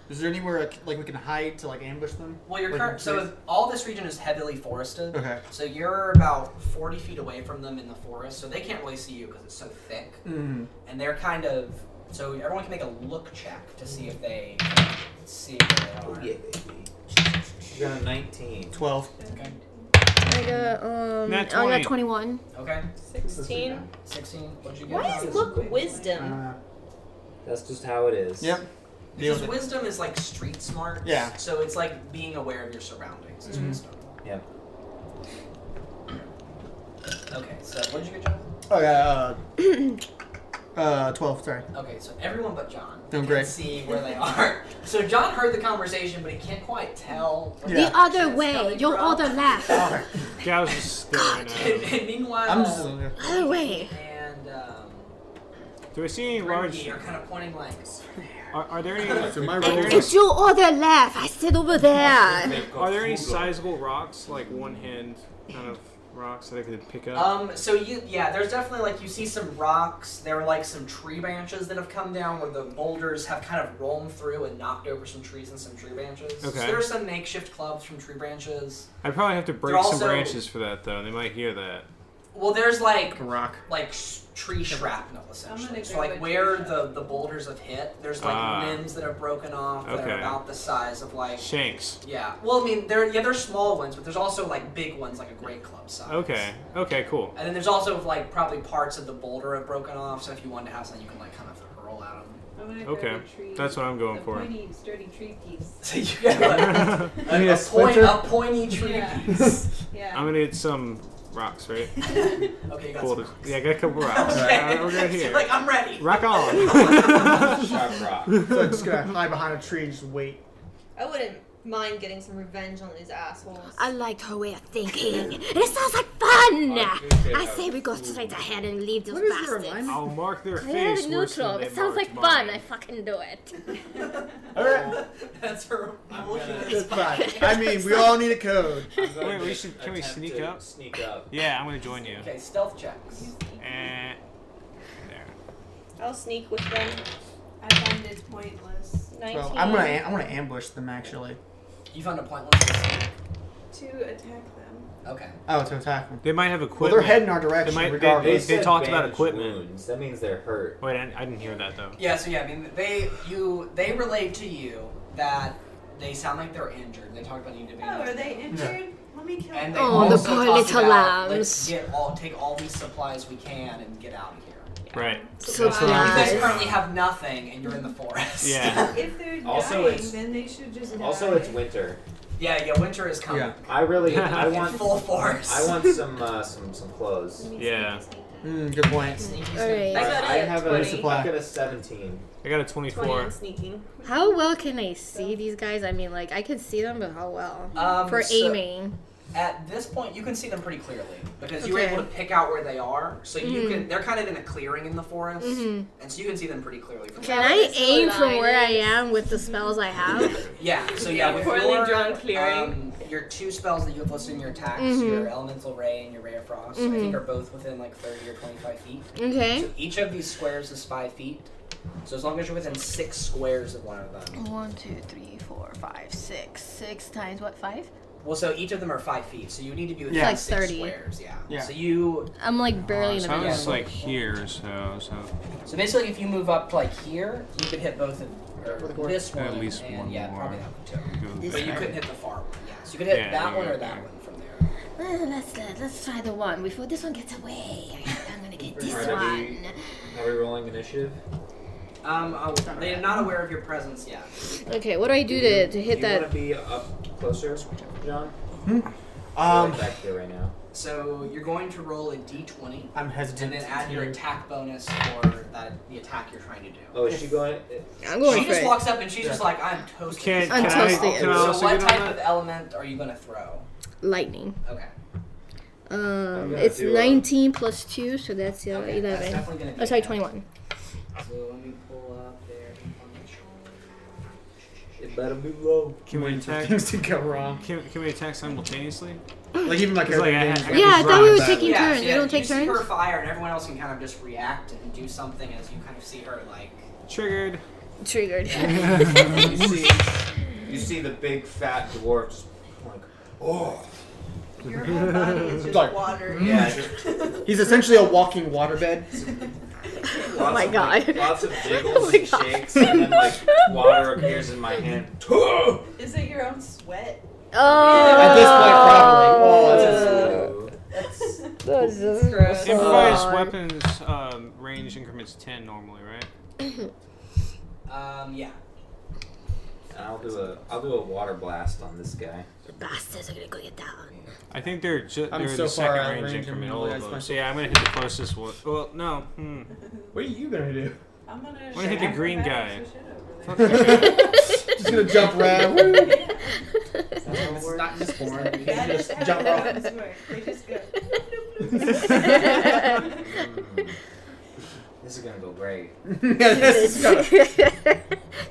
Speaker 1: Is there anywhere like- like we can hide to like ambush them?
Speaker 2: Well, your
Speaker 1: Like,
Speaker 2: current so
Speaker 1: trees?
Speaker 2: if all this region is heavily forested.
Speaker 1: Okay.
Speaker 2: So you're about forty feet away from them in the forest, so they can't really see you because it's so thick,
Speaker 1: Mm.
Speaker 2: and they're kind of so everyone can make a look check to see if they see
Speaker 7: Oh,
Speaker 2: where they
Speaker 7: yeah,
Speaker 2: are.
Speaker 7: baby. You got a 19.
Speaker 1: Twelve.
Speaker 2: Okay.
Speaker 6: I got um.
Speaker 5: Nat
Speaker 6: I
Speaker 5: 20.
Speaker 6: got twenty-one.
Speaker 2: Okay.
Speaker 8: 16.
Speaker 2: Sixteen. What'd you get?
Speaker 8: Why is look wisdom?
Speaker 1: Uh,
Speaker 7: That's just how it is.
Speaker 1: Yep.
Speaker 2: Because
Speaker 1: Nailed it.
Speaker 2: wisdom is like street smart.
Speaker 1: Yeah. Mm-hmm.
Speaker 2: So it's like being aware of your surroundings. Is wisdom.
Speaker 7: Yep.
Speaker 2: Okay. So what'd you get, John?
Speaker 1: Oh yeah. Uh, Uh, 12, sorry.
Speaker 2: Okay, so everyone but John
Speaker 1: Doing
Speaker 2: can
Speaker 1: great.
Speaker 2: see where they are. (laughs) So John heard the conversation, but he can't quite tell. where
Speaker 1: Yeah. Oh.
Speaker 6: The other
Speaker 2: shit's
Speaker 6: way,
Speaker 2: coming
Speaker 6: your
Speaker 2: from.
Speaker 6: other left.
Speaker 10: Gals is staring at
Speaker 2: and, (laughs)
Speaker 10: him.
Speaker 2: and meanwhile,
Speaker 1: I'm just.
Speaker 6: other way.
Speaker 2: and um,
Speaker 10: Do I see any large?
Speaker 2: Rengi are kind of pointing like.
Speaker 10: Are, are there any?
Speaker 1: So my
Speaker 10: Are there
Speaker 1: roll.
Speaker 10: any,
Speaker 6: It's your other left. I said over there.
Speaker 10: are there any sizable rocks, like one hand kind of rocks that I could pick up?
Speaker 2: Um, so you, yeah, there's definitely like you see some rocks. There are like some tree branches that have come down where the boulders have kind of rolled through and knocked over some trees and some tree branches. So
Speaker 10: Okay.
Speaker 2: there are some makeshift clubs from tree branches.
Speaker 10: I'd probably have to break
Speaker 2: They're
Speaker 10: some
Speaker 2: also-
Speaker 10: branches for that, though. They might hear that.
Speaker 2: Well, there's like (laughs)
Speaker 1: Like a rock.
Speaker 2: like sh- tree shrapnel essentially.
Speaker 4: gonna
Speaker 2: So
Speaker 4: grab a
Speaker 2: like
Speaker 4: tree
Speaker 2: where
Speaker 4: shrapnel.
Speaker 2: the the boulders have hit, there's like
Speaker 10: Ah.
Speaker 2: limbs that have broken off that
Speaker 10: Okay.
Speaker 2: are about the size of like
Speaker 10: Shanks.
Speaker 2: yeah. Well, I mean, there yeah, there's small ones, but there's also like big ones like a great club size.
Speaker 10: Okay. Okay. Cool.
Speaker 2: And then there's also like probably parts of the boulder have broken off, so if you wanted to have something, you can like kind of hurl at them.
Speaker 4: I'm gonna grab
Speaker 10: Okay.
Speaker 4: a tree.
Speaker 10: That's what I'm going
Speaker 4: a
Speaker 10: for.
Speaker 4: pointy, sturdy tree piece.
Speaker 2: (laughs) So you get
Speaker 10: (laughs)
Speaker 2: like,
Speaker 10: I'm
Speaker 1: I need a
Speaker 2: a, point,
Speaker 1: splinter.
Speaker 2: a pointy tree
Speaker 4: Yeah.
Speaker 10: (laughs)
Speaker 2: piece.
Speaker 4: Yeah.
Speaker 10: gonna need some rocks, right?
Speaker 2: Okay, you got
Speaker 10: Cool.
Speaker 2: some.
Speaker 10: there's- Yeah,
Speaker 2: (laughs)
Speaker 10: I got a couple rocks. Alright, we're good
Speaker 2: You're
Speaker 10: here.
Speaker 2: like I'm ready.
Speaker 10: Rock on.
Speaker 7: Sharp rock.
Speaker 1: (laughs) So I'm just gonna hide behind a tree and just wait.
Speaker 11: I wouldn't mind getting some revenge on these assholes.
Speaker 6: I liked her way of thinking. It sounds like fun. I say we go straight ahead and leave those bastards.
Speaker 10: I'll mark their
Speaker 6: Yeah,
Speaker 10: face. worse than
Speaker 6: neutral.
Speaker 10: they
Speaker 6: It sounds like
Speaker 10: marked
Speaker 6: fun. I
Speaker 10: mine.
Speaker 6: fucking do it.
Speaker 1: Alright,
Speaker 2: (laughs) That's her. I'm looking at (laughs)
Speaker 1: that's fine. I mean, we all need a code.
Speaker 10: Wait, we should. Can we sneak up?
Speaker 7: Sneak up.
Speaker 10: Yeah, I'm gonna join you.
Speaker 2: Okay, stealth checks.
Speaker 10: Eh, there.
Speaker 8: I'll sneak with them.
Speaker 4: I found it pointless.
Speaker 8: 19
Speaker 1: Well, I'm gonna am- I'm gonna ambush them actually.
Speaker 2: You found a pointless. escape.
Speaker 4: To attack them.
Speaker 2: Okay.
Speaker 1: Oh, to attack them.
Speaker 10: They might have
Speaker 1: Well,
Speaker 10: equipment.
Speaker 1: they're heading our direction
Speaker 10: might- they-
Speaker 1: regardless.
Speaker 10: they
Speaker 7: said
Speaker 10: talked about
Speaker 7: bandaged
Speaker 10: equipment.
Speaker 7: Wounds. That means they're hurt.
Speaker 10: Wait, I, I didn't hear that though.
Speaker 2: Yeah. So yeah, I mean, they you they relate to you that they sound like they're injured. They talk about you to be.
Speaker 4: Oh, are they injured? Let me kill
Speaker 2: And they
Speaker 4: them.
Speaker 6: Oh, the
Speaker 2: also
Speaker 6: poor
Speaker 2: talk
Speaker 6: little
Speaker 2: about, Let's
Speaker 6: lambs.
Speaker 2: get all take all these supplies we can and get out of here.
Speaker 10: Right.
Speaker 6: So
Speaker 10: That's
Speaker 2: You
Speaker 10: what I'm
Speaker 2: guys
Speaker 6: nice.
Speaker 2: currently have nothing, and you're in the forest.
Speaker 10: Yeah.
Speaker 4: If they're
Speaker 7: Also, it's-
Speaker 4: dying, then they should just die.
Speaker 7: Also, it's winter.
Speaker 2: (laughs) yeah. Yeah. Winter is coming.
Speaker 1: Yeah.
Speaker 10: (laughs)
Speaker 7: I really, I
Speaker 2: In
Speaker 7: want,
Speaker 2: full force. (laughs)
Speaker 7: I want some, uh, some, some clothes.
Speaker 10: Yeah.
Speaker 1: Mm, good point.
Speaker 7: I,
Speaker 6: Alright.
Speaker 8: got a
Speaker 7: I have a,
Speaker 8: 20.
Speaker 7: I've got a seventeen.
Speaker 10: I got a
Speaker 8: 20
Speaker 10: 24.
Speaker 8: on sneaking.
Speaker 6: (laughs) How well can I see these guys? I mean, like I could see them, but how well?
Speaker 2: Um,
Speaker 6: For
Speaker 2: so
Speaker 6: aiming.
Speaker 2: At this point, you can see them pretty clearly because you were
Speaker 6: Okay. Mm-hmm.
Speaker 2: able to pick out where they are. So you can. They're kind of in a clearing in the forest,
Speaker 6: Mhm.
Speaker 2: and so you can see them pretty clearly. From
Speaker 6: Can
Speaker 2: there.
Speaker 6: I aim
Speaker 8: so
Speaker 6: from where I
Speaker 8: nice.
Speaker 6: am with the spells
Speaker 10: (laughs)
Speaker 6: I have?
Speaker 2: Yeah. So yeah, with
Speaker 8: Poorly
Speaker 2: your,
Speaker 8: drawn clearing.
Speaker 2: um, your two spells that you have listed in your attacks,
Speaker 6: Mm-hmm.
Speaker 2: your elemental ray and your ray of frost, I think are both within like thirty or twenty-five feet.
Speaker 6: Okay.
Speaker 2: So each of these squares is five feet. So as long as you're within six squares of one of them,
Speaker 6: One, two, three, four, five, six. Six times what? Five?
Speaker 2: well, so each of them are five feet. So you need to be within
Speaker 1: Yeah.
Speaker 6: Like
Speaker 2: six
Speaker 6: 30.
Speaker 2: squares. Yeah.
Speaker 1: Yeah.
Speaker 2: So you.
Speaker 6: I'm like barely in
Speaker 10: so
Speaker 6: the
Speaker 10: I
Speaker 6: middle.
Speaker 10: was like here, so so.
Speaker 2: So basically, if you move up like here, you could hit both of or this one
Speaker 10: At least
Speaker 2: and
Speaker 10: one
Speaker 2: yeah,
Speaker 10: more.
Speaker 2: probably that one too.
Speaker 10: Go
Speaker 6: This
Speaker 2: But you
Speaker 6: one.
Speaker 2: couldn't hit the far one. Yeah. So you could hit
Speaker 10: Yeah,
Speaker 2: that
Speaker 10: you
Speaker 2: one or
Speaker 10: could,
Speaker 2: that
Speaker 10: yeah.
Speaker 2: one from there.
Speaker 6: Uh, let's let, let's try the one before this one gets away. I- I'm gonna get this
Speaker 7: Ready?
Speaker 6: one.
Speaker 7: Are we rolling initiative?
Speaker 2: Um, uh, they're not aware of your presence yet.
Speaker 6: Okay, what do I do to, to hit
Speaker 7: Do you want
Speaker 6: that?
Speaker 7: to be up closer, John?
Speaker 1: Um,
Speaker 7: Right back there right now.
Speaker 2: So you're going to roll a d20
Speaker 1: I'm
Speaker 2: and
Speaker 1: hesitant.
Speaker 2: then add your
Speaker 1: to-
Speaker 2: attack bonus for that the attack you're trying to do.
Speaker 7: Oh, is she going?
Speaker 2: she
Speaker 6: I'm going for
Speaker 2: just
Speaker 6: it.
Speaker 2: walks up and she's just like, "I'm toasted."
Speaker 10: Can,
Speaker 6: I'm
Speaker 10: can I,
Speaker 6: toasting it.
Speaker 10: can I
Speaker 2: so
Speaker 10: also
Speaker 2: what
Speaker 10: get on
Speaker 2: type
Speaker 10: that?
Speaker 2: of element are you going to throw?
Speaker 6: Lightning.
Speaker 2: Okay.
Speaker 6: Um,
Speaker 7: gonna
Speaker 6: it's
Speaker 7: do a-
Speaker 1: uh,
Speaker 6: 19 plus 2, so that's uh,
Speaker 2: okay. That's
Speaker 6: 11.
Speaker 2: definitely going to be.
Speaker 6: Oh, sorry,
Speaker 2: it.
Speaker 6: 21.
Speaker 2: So let me pull up their information.
Speaker 7: It better be low.
Speaker 10: Can we
Speaker 1: waiting for
Speaker 10: attack?
Speaker 1: things to go wrong.
Speaker 10: Can, can we attack simultaneously?
Speaker 1: Like even my
Speaker 10: It's like
Speaker 1: character
Speaker 10: I-
Speaker 1: name's
Speaker 10: I-
Speaker 1: like
Speaker 6: Yeah, I thought we were taking
Speaker 2: yeah,
Speaker 6: turns.
Speaker 2: so
Speaker 6: We
Speaker 2: yeah,
Speaker 6: don't take
Speaker 2: you see her
Speaker 6: turns?
Speaker 2: fire, and everyone else can kind of just react and do something as you kind of see her like.
Speaker 10: Triggered.
Speaker 6: (laughs) Triggered.
Speaker 7: You
Speaker 6: (laughs)
Speaker 7: see, you see the big fat dwarf just like.
Speaker 9: Oh,
Speaker 7: (laughs)
Speaker 4: Your whole body is just
Speaker 1: Dark.
Speaker 4: water.
Speaker 7: Mm. Yeah,
Speaker 1: (laughs) He's essentially a walking waterbed.
Speaker 6: Oh my
Speaker 7: of, like,
Speaker 6: God.
Speaker 7: lots of jiggles
Speaker 6: (laughs) Oh my
Speaker 7: and
Speaker 6: God.
Speaker 7: shakes, and then like water appears in my hand.
Speaker 4: (laughs)
Speaker 6: (laughs)
Speaker 4: Is it your own sweat?
Speaker 6: oh!
Speaker 1: At this point, probably. Oh, that's a-
Speaker 6: Uh.
Speaker 7: Ooh.
Speaker 4: (laughs) That's
Speaker 6: That's just
Speaker 4: gross.
Speaker 10: Improvised
Speaker 6: God.
Speaker 10: weapons um, range increments 10 normally, right?
Speaker 2: Um, yeah.
Speaker 7: and I'll do a I'll do a water blast on this guy.
Speaker 6: Bastards are gonna go get down.
Speaker 10: I think they're ju-
Speaker 7: I'm
Speaker 10: they're
Speaker 7: so
Speaker 10: the
Speaker 7: far out of
Speaker 10: second range
Speaker 7: range, I'm
Speaker 10: increment all
Speaker 7: really
Speaker 10: of
Speaker 7: out of
Speaker 10: them.
Speaker 7: my-
Speaker 10: So yeah, I'm gonna hit the closest one. Well, no. Hmm.
Speaker 1: What are you gonna do?
Speaker 4: I'm gonna.
Speaker 10: I'm gonna hit the green guy. (laughs)
Speaker 7: (laughs)
Speaker 1: (laughs) Just gonna jump around. (laughs)
Speaker 2: (laughs)
Speaker 1: Woo!
Speaker 2: It's not just porn. You
Speaker 4: That
Speaker 2: can't (laughs)
Speaker 4: is
Speaker 2: just
Speaker 4: how
Speaker 2: jump
Speaker 4: that
Speaker 2: off.
Speaker 4: does work. They just go.
Speaker 7: This is gonna go great.
Speaker 1: Yes.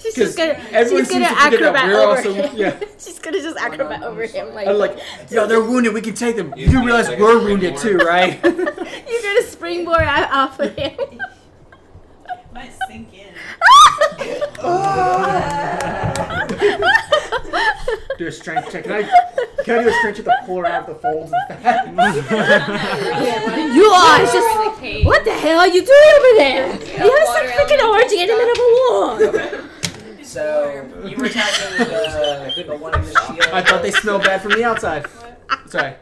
Speaker 6: she's just gonna,
Speaker 1: everyone seems to
Speaker 6: she's gonna
Speaker 1: forget that
Speaker 6: acrobat
Speaker 1: we're
Speaker 6: over
Speaker 1: also-
Speaker 6: him.
Speaker 1: yeah.
Speaker 6: (laughs) she's gonna just acrobat over him. Like,
Speaker 1: I'm like, yo, they're wounded. We can take them. You,
Speaker 7: mean
Speaker 1: realize
Speaker 7: like a
Speaker 1: we're wounded too,
Speaker 7: springboard?
Speaker 1: (laughs) right?
Speaker 6: (laughs) you're gonna springboard out off of him.
Speaker 4: (laughs) Might sink in.
Speaker 1: do a strength check. Can I? Can I do a strength check to pull her out of the folds? Of
Speaker 6: (laughs) you are just. (laughs) What the hell are you doing over there? you have some
Speaker 11: water
Speaker 6: freaking
Speaker 2: um,
Speaker 6: orgy in the middle of
Speaker 2: (laughs)
Speaker 6: a war.
Speaker 2: So you were attacking (laughs) the, the one in the shield.
Speaker 1: (laughs) I thought they smelled bad from the outside. Sorry,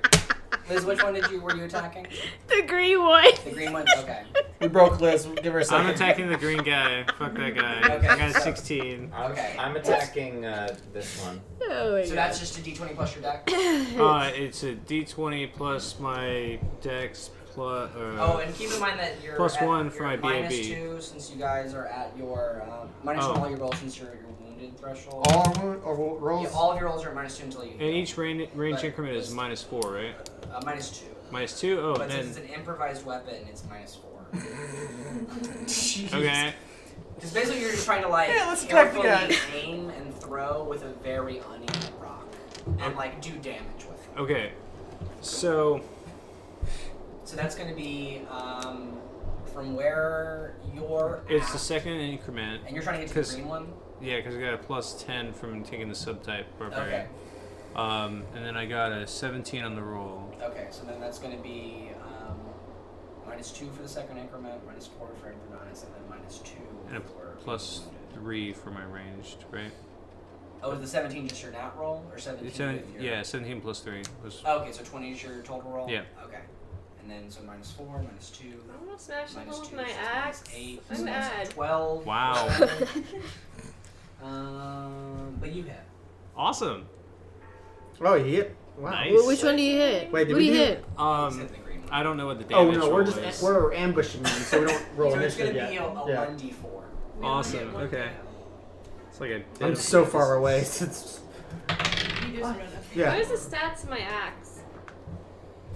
Speaker 2: Liz, which one did you were you attacking?
Speaker 6: the green one.
Speaker 2: The green
Speaker 6: (laughs)
Speaker 2: one. Okay.
Speaker 1: we broke Liz. Give her a
Speaker 10: I'm
Speaker 1: second.
Speaker 10: attacking the green guy. Fuck that guy.
Speaker 2: Okay.
Speaker 10: I got a
Speaker 6: (laughs)
Speaker 10: 16.
Speaker 7: I'm,
Speaker 2: Okay.
Speaker 7: I'm attacking uh, this one.
Speaker 6: Oh my
Speaker 2: So
Speaker 6: God.
Speaker 2: that's just a d20 plus your deck.
Speaker 10: Uh, it's a D20 plus my dex plus. Uh,
Speaker 2: Oh, and keep in mind that you're
Speaker 10: Plus
Speaker 2: at-
Speaker 10: one for
Speaker 2: you're
Speaker 10: my
Speaker 2: minus
Speaker 10: BAB.
Speaker 2: two since you guys are at your um, minus
Speaker 10: Oh.
Speaker 2: one all your rolls since you're at your wounded threshold.
Speaker 1: All our wound or ro- rolls.
Speaker 2: Yeah, all of your rolls are at minus two until you.
Speaker 10: and each range, range
Speaker 2: But-
Speaker 10: increment is minus 4, right?
Speaker 2: Uh, minus two.
Speaker 10: Minus 2? Oh,
Speaker 2: but
Speaker 10: then.
Speaker 2: since it's an improvised weapon, it's minus four.
Speaker 10: Okay.
Speaker 2: Because basically you're just trying to like
Speaker 1: Yeah, let's crack the
Speaker 2: carefully aim and throw with a very uneven rock, and like do damage with it.
Speaker 10: Okay. So.
Speaker 2: So that's going to be um, from where you're.
Speaker 10: It's the
Speaker 2: at,
Speaker 10: second increment.
Speaker 2: and you're trying to get to the
Speaker 10: 'cause-
Speaker 2: green one.
Speaker 10: Yeah, because I got a plus 10 from taking the subtype
Speaker 2: Okay.
Speaker 10: barbarian. Um, and then I got a 17 on the roll.
Speaker 2: Okay, so then that's going to be um, minus two for the second increment, minus four for improvise, and then minus two
Speaker 10: And a
Speaker 2: for
Speaker 10: plus 3 for my ranged, right?
Speaker 2: Oh, is the seventeen just your nat roll or seventeen?
Speaker 10: It's seven-
Speaker 2: with your-
Speaker 10: yeah, 17 plus 3 was
Speaker 2: Oh, okay, so twenty is your total roll.
Speaker 10: Yeah.
Speaker 2: Okay, and then so minus four, minus two,
Speaker 8: I want to smash the
Speaker 2: minus
Speaker 8: hole with
Speaker 2: two,
Speaker 8: my
Speaker 2: so
Speaker 8: axe.
Speaker 2: minus eight, so
Speaker 8: I'm
Speaker 2: minus
Speaker 8: mad.
Speaker 2: Twelve.
Speaker 10: Wow.
Speaker 2: (laughs)
Speaker 1: (laughs)
Speaker 2: um, but you hit.
Speaker 10: awesome.
Speaker 1: Oh, he hit. Wow.
Speaker 6: Well,
Speaker 10: Nice.
Speaker 6: which one do you hit?
Speaker 1: Wait, did
Speaker 6: what do
Speaker 1: we
Speaker 6: you
Speaker 1: do-
Speaker 6: hit?
Speaker 10: Um,
Speaker 2: Except the green one.
Speaker 10: I don't know what the
Speaker 1: Oh
Speaker 10: damage
Speaker 1: no, we're
Speaker 10: roll
Speaker 1: just
Speaker 10: is.
Speaker 1: we're ambushing them, so we don't
Speaker 2: (laughs)
Speaker 1: roll
Speaker 2: so it's
Speaker 1: initiative yet.
Speaker 2: gonna be a, a
Speaker 1: Yeah.
Speaker 2: one d four.
Speaker 10: awesome. Okay. It's like a.
Speaker 1: I'm so
Speaker 2: (laughs)
Speaker 1: far away. (laughs) It's,
Speaker 4: You just run up.
Speaker 1: yeah.
Speaker 8: What is the stats of my axe?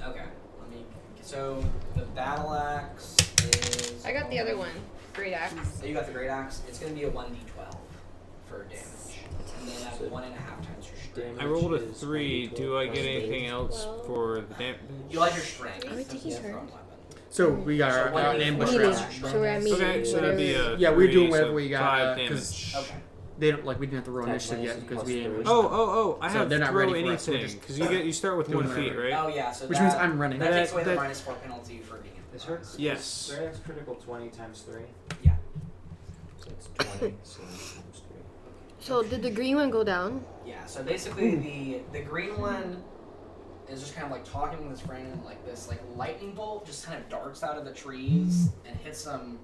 Speaker 2: Okay. Let me. So the battle axe is.
Speaker 11: I got the other one. Great axe.
Speaker 2: So you got the great axe. It's gonna be a one d twelve for damage, and then at one and a half times your strength.
Speaker 10: I rolled a three. Do I get anything else for the damage?
Speaker 2: You like your strength.
Speaker 6: Are we taking
Speaker 2: It's a thrown
Speaker 6: turns?
Speaker 2: weapon.
Speaker 1: So we got our,
Speaker 2: So what
Speaker 1: our
Speaker 2: do we-
Speaker 1: ambush
Speaker 2: what do we
Speaker 1: round.
Speaker 2: do?
Speaker 6: So we're at meeting.
Speaker 10: Okay, so that'd be uh, a.
Speaker 1: Yeah, we're
Speaker 10: three,
Speaker 1: doing
Speaker 10: so
Speaker 1: whatever we got uh,
Speaker 10: Five damage.
Speaker 1: because
Speaker 2: Okay.
Speaker 1: they don't like we didn't have to roll initiative yet because we didn't.
Speaker 10: Oh, oh, oh! I
Speaker 1: So
Speaker 10: have
Speaker 1: they're not
Speaker 10: throw
Speaker 1: ready for us, we're
Speaker 10: anything
Speaker 1: just
Speaker 10: because you get you start with
Speaker 1: doing
Speaker 10: one feet,
Speaker 1: whatever.
Speaker 10: right?
Speaker 2: Oh yeah. So
Speaker 1: Which
Speaker 2: that,
Speaker 1: means I'm running.
Speaker 2: That, takes away the
Speaker 10: That-
Speaker 2: minus four penalty for being.
Speaker 7: This hurts.
Speaker 10: Yes.
Speaker 7: Right, that's critical twenty times three.
Speaker 2: Yeah.
Speaker 7: So it's twenty. (laughs) so
Speaker 6: (laughs)
Speaker 7: times three.
Speaker 6: So did the green one go down? (laughs)
Speaker 2: Yeah. So basically, the the green one is just kind of like talking with his friend, and like this like lightning bolt just kind of darts out of the trees and hits him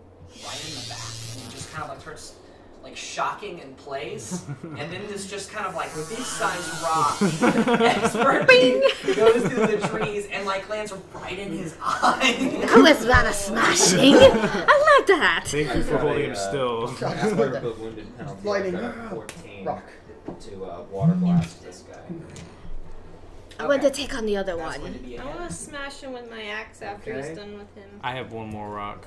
Speaker 2: right in the back, and he just kind of like starts like shocking in place, and then this just kind of like this sized rock expertly (laughs) goes through the trees and like lands right in his (laughs) eye.
Speaker 6: That was rather smashing.
Speaker 10: (laughs)
Speaker 6: I like that.
Speaker 10: Thank you for
Speaker 7: I've got
Speaker 10: holding
Speaker 7: a,
Speaker 10: him
Speaker 7: uh,
Speaker 10: still.
Speaker 8: (laughs)
Speaker 7: That's critical wounded penalty. I've
Speaker 1: Lightning.
Speaker 7: got a fourteen
Speaker 1: Rock.
Speaker 7: to uh, water blast this guy.
Speaker 6: I want
Speaker 2: Okay.
Speaker 6: to take on the other
Speaker 2: That's going to
Speaker 6: one.
Speaker 2: be a
Speaker 8: I
Speaker 2: hit.
Speaker 8: want to smash him with my axe after
Speaker 7: Okay.
Speaker 8: he's done with him.
Speaker 10: I have one more rock.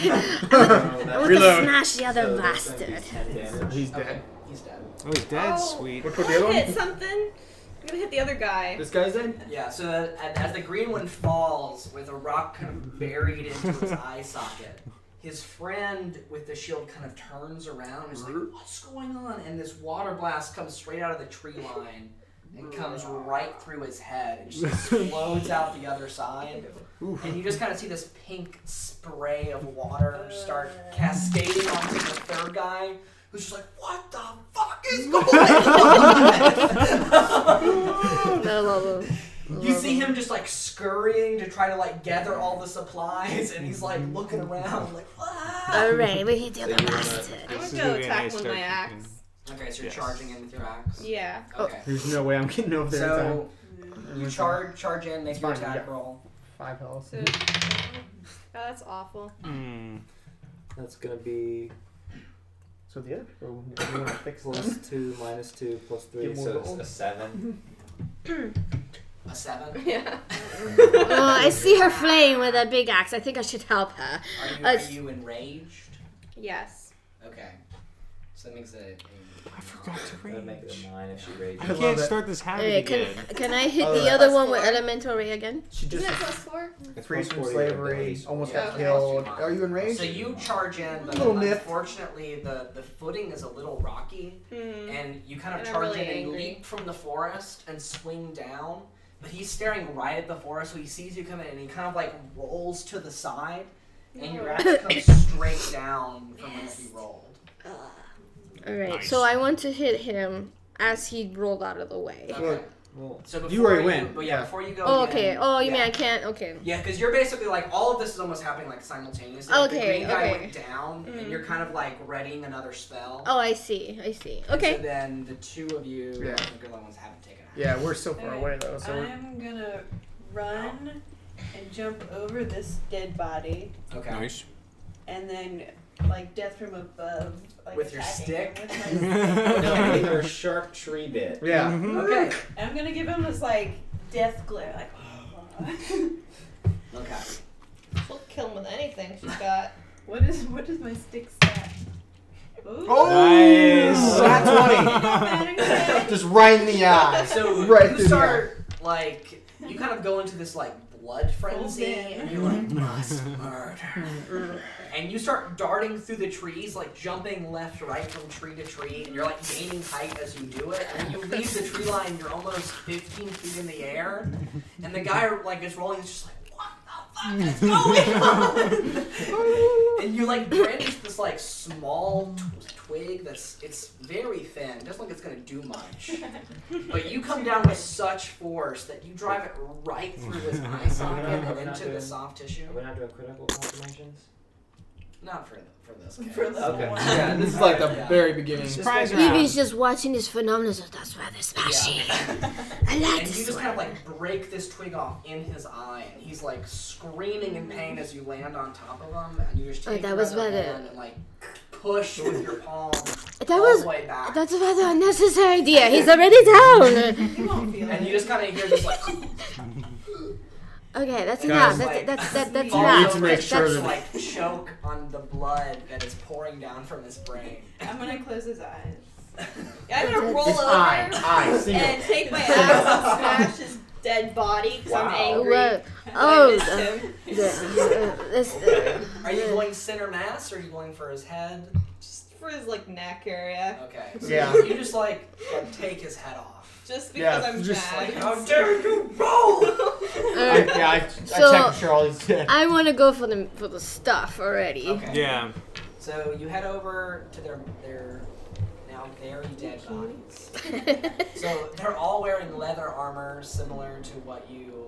Speaker 6: I want to
Speaker 1: Reload.
Speaker 6: smash the other
Speaker 7: So that's gonna be
Speaker 6: bastard.
Speaker 7: 10 damage.
Speaker 1: He's
Speaker 2: Okay,
Speaker 1: dead.
Speaker 2: he's dead.
Speaker 10: Oh, he's dead.
Speaker 8: Oh.
Speaker 10: Sweet.
Speaker 1: Which
Speaker 8: I'm
Speaker 1: was the other
Speaker 8: gonna
Speaker 1: one?
Speaker 8: hit something. I'm gonna hit the other guy.
Speaker 1: This guy's dead.
Speaker 2: Yeah, so that, and as the green one falls with a rock kind of buried into his eye socket, his friend with the shield kind of turns around and is like, What's going on? And this water blast comes straight out of the tree line and comes right through his head and just explodes out the other side. And you just kind of see this pink spray of water start cascading onto the third guy. Who's just like, what the fuck is going on?
Speaker 6: (laughs) Blah, blah, blah.
Speaker 2: You see him just like scurrying to try to like gather all the supplies, and he's like looking around, like, ah!
Speaker 6: All right, we hit the
Speaker 7: So
Speaker 6: other
Speaker 7: you wanna-
Speaker 6: bastard.
Speaker 10: This
Speaker 6: (laughs)
Speaker 8: I'm gonna
Speaker 10: is
Speaker 8: go
Speaker 10: gonna be a
Speaker 8: attack
Speaker 10: nice
Speaker 8: with my
Speaker 10: start to
Speaker 8: axe.
Speaker 2: Okay, so you're
Speaker 1: Yes.
Speaker 2: charging in with your axe.
Speaker 8: Yeah.
Speaker 2: Okay.
Speaker 1: There's no way I'm getting over there.
Speaker 2: So
Speaker 1: in time.
Speaker 2: you charge, charge in, make
Speaker 1: It's
Speaker 2: your
Speaker 1: fine,
Speaker 2: attack
Speaker 1: yeah.
Speaker 2: roll.
Speaker 1: Five health.
Speaker 8: So, Oh, that's awful.
Speaker 10: Hmm,
Speaker 3: That's gonna be
Speaker 1: So the other people, you want to fix
Speaker 3: plus two, minus two, plus three.
Speaker 1: Get more
Speaker 3: So
Speaker 1: gold.
Speaker 3: it's a seven.
Speaker 2: A seven.
Speaker 8: Yeah.
Speaker 6: oh, I see her playing with a big axe. I think I should help her.
Speaker 2: Are you,
Speaker 6: Uh,
Speaker 2: are you enraged?
Speaker 8: Yes.
Speaker 2: Okay. So that makes it. A, I
Speaker 10: forgot to
Speaker 7: That'd make it a nine if she rages.
Speaker 10: I
Speaker 1: love
Speaker 10: can't
Speaker 1: it.
Speaker 10: start this habit
Speaker 6: Uh,
Speaker 10: again.
Speaker 6: can, can I hit
Speaker 1: Alright.
Speaker 6: the other
Speaker 8: Plus
Speaker 6: one with
Speaker 8: four.
Speaker 6: elementary again?
Speaker 1: She just
Speaker 11: Isn't it plus four?
Speaker 1: free from
Speaker 3: Plus 40
Speaker 1: slavery,
Speaker 3: abilities.
Speaker 1: almost
Speaker 2: Yeah.
Speaker 1: got killed. Are you enraged?
Speaker 2: So you charge in, but
Speaker 1: Little nip.
Speaker 2: unfortunately the, the footing is a little rocky,
Speaker 8: Hmm.
Speaker 6: Mm-hmm.
Speaker 2: and you kind of
Speaker 8: And I'm
Speaker 2: charge
Speaker 8: really
Speaker 2: in and
Speaker 8: angry.
Speaker 2: leap from the forest and swing down. But he's staring right at the forest, so he sees you coming, and he kind of like rolls to the side, and your axe comes
Speaker 6: (laughs)
Speaker 2: straight down from whence you rolled.
Speaker 6: All right. So I want to hit him as he rolled out of the way.
Speaker 2: Okay.
Speaker 1: Well,
Speaker 2: So before
Speaker 1: you already win.
Speaker 2: But yeah, before you go.
Speaker 6: Oh,
Speaker 2: again-
Speaker 6: okay. Oh, you
Speaker 2: yeah.
Speaker 6: mean I can't? Okay.
Speaker 2: Yeah, because you're basically like all of this is almost happening like simultaneously. the
Speaker 6: Okay,
Speaker 2: green guy
Speaker 6: okay. Mm.
Speaker 2: went down, and you're kind of like readying another spell.
Speaker 6: Oh, I see. I see.
Speaker 2: And
Speaker 6: Okay.
Speaker 2: So then the two of you,
Speaker 1: Yeah.
Speaker 2: the good ones, haven't taken action.
Speaker 1: yeah, we're so far
Speaker 4: Okay.
Speaker 1: away though. So
Speaker 6: Um,
Speaker 1: we're,
Speaker 4: I'm gonna run and jump over this dead body,
Speaker 2: Okay.
Speaker 10: (laughs)
Speaker 8: (laughs)
Speaker 5: Nice.
Speaker 4: and then like death from above, like
Speaker 2: With your stick?
Speaker 4: attacking him with my stick.
Speaker 7: No,
Speaker 1: (laughs)
Speaker 7: with
Speaker 10: Mm-hmm.
Speaker 7: her sharp tree bit.
Speaker 1: yeah.
Speaker 2: Okay.
Speaker 1: (laughs)
Speaker 4: I'm gonna give him this like death glare, like. (laughs)
Speaker 1: (laughs)
Speaker 2: Okay.
Speaker 11: She'll kill him with anything she's got.
Speaker 4: what is what is my stick stat? Ooh.
Speaker 5: Nice.
Speaker 4: Not bad,
Speaker 11: (laughs)
Speaker 1: Oh.
Speaker 4: okay.
Speaker 3: Just right in the eye.
Speaker 1: (laughs)
Speaker 2: So
Speaker 1: Right through
Speaker 2: you
Speaker 1: the
Speaker 2: start like you kind of go into this like blood frenzy,
Speaker 4: in.
Speaker 2: and you're like
Speaker 1: Mm-hmm.
Speaker 2: must murder, and you start darting through the trees, like jumping left, right from tree to tree, and you're like gaining height as you do it. And when you leave the tree line, you're almost 15 feet in the air, and the guy like is rolling, he's just like. What the fuck is going on? and you like brandish this like small tw- twig that's it's very thin. Doesn't look like it's gonna do much. But you come down with such force that you drive it right through his eye socket and into the soft tissue.
Speaker 3: We're not doing critical confirmations.
Speaker 2: Not for th- for this case.
Speaker 4: For this
Speaker 3: Okay.
Speaker 4: one.
Speaker 1: yeah, this is like the
Speaker 2: Yeah.
Speaker 1: very beginning.
Speaker 10: Surprise round.
Speaker 6: Evie's just watching this phenomenon. so That's rather splashy. I like
Speaker 2: And you
Speaker 6: this
Speaker 2: just kind of
Speaker 6: one.
Speaker 2: like break this twig off in his eye, and he's like screaming in pain as you land on top of him, and you just
Speaker 6: Oh,
Speaker 2: take
Speaker 6: that
Speaker 2: your
Speaker 6: was
Speaker 2: other
Speaker 6: better.
Speaker 2: hand and like push with your palm
Speaker 6: (laughs) That
Speaker 2: all
Speaker 6: was
Speaker 2: the way back,
Speaker 6: that's a rather unnecessary idea. He's
Speaker 4: (laughs)
Speaker 6: already down.
Speaker 4: You won't feel
Speaker 2: and
Speaker 4: it.
Speaker 2: you just kind of hear this
Speaker 6: (laughs)
Speaker 2: like
Speaker 6: Okay, that's
Speaker 2: Yeah,
Speaker 6: enough.
Speaker 2: it's
Speaker 6: That's
Speaker 2: like-
Speaker 6: that's that, that's
Speaker 2: fall
Speaker 1: need
Speaker 6: enough.
Speaker 1: to
Speaker 2: over
Speaker 1: make
Speaker 2: and
Speaker 6: That's-
Speaker 1: sure
Speaker 2: just,
Speaker 1: that-
Speaker 2: like choke on the blood that is pouring down from his brain.
Speaker 4: I'm gonna close his eyes.
Speaker 11: I'm gonna roll
Speaker 3: It's
Speaker 11: over
Speaker 3: eye, eye, single.
Speaker 11: and take my axe and smash his dead body because
Speaker 2: Wow.
Speaker 11: I'm
Speaker 6: Oh,
Speaker 11: angry.
Speaker 6: whoa.
Speaker 11: I
Speaker 6: oh,
Speaker 11: missed
Speaker 6: the-
Speaker 11: him.
Speaker 6: the- uh, this, uh,
Speaker 2: Are you going center mass, or are you going for his head?
Speaker 11: Just for his like neck area.
Speaker 2: Okay. So
Speaker 1: Yeah.
Speaker 2: You just like, like take his head off.
Speaker 11: Just
Speaker 1: Yeah,
Speaker 11: because I'm
Speaker 1: just
Speaker 11: mad. (laughs)
Speaker 2: How dare you
Speaker 6: (laughs)
Speaker 2: roll?
Speaker 1: I,
Speaker 6: uh,
Speaker 1: yeah, I, I
Speaker 6: So-
Speaker 1: checked
Speaker 6: (laughs)
Speaker 1: Charlie's head.
Speaker 6: I want to go for the for the stuff already. (laughs)
Speaker 2: Okay.
Speaker 10: (laughs) Yeah.
Speaker 2: So you head over to their their now very dead bodies. So they're all wearing leather armor similar to what you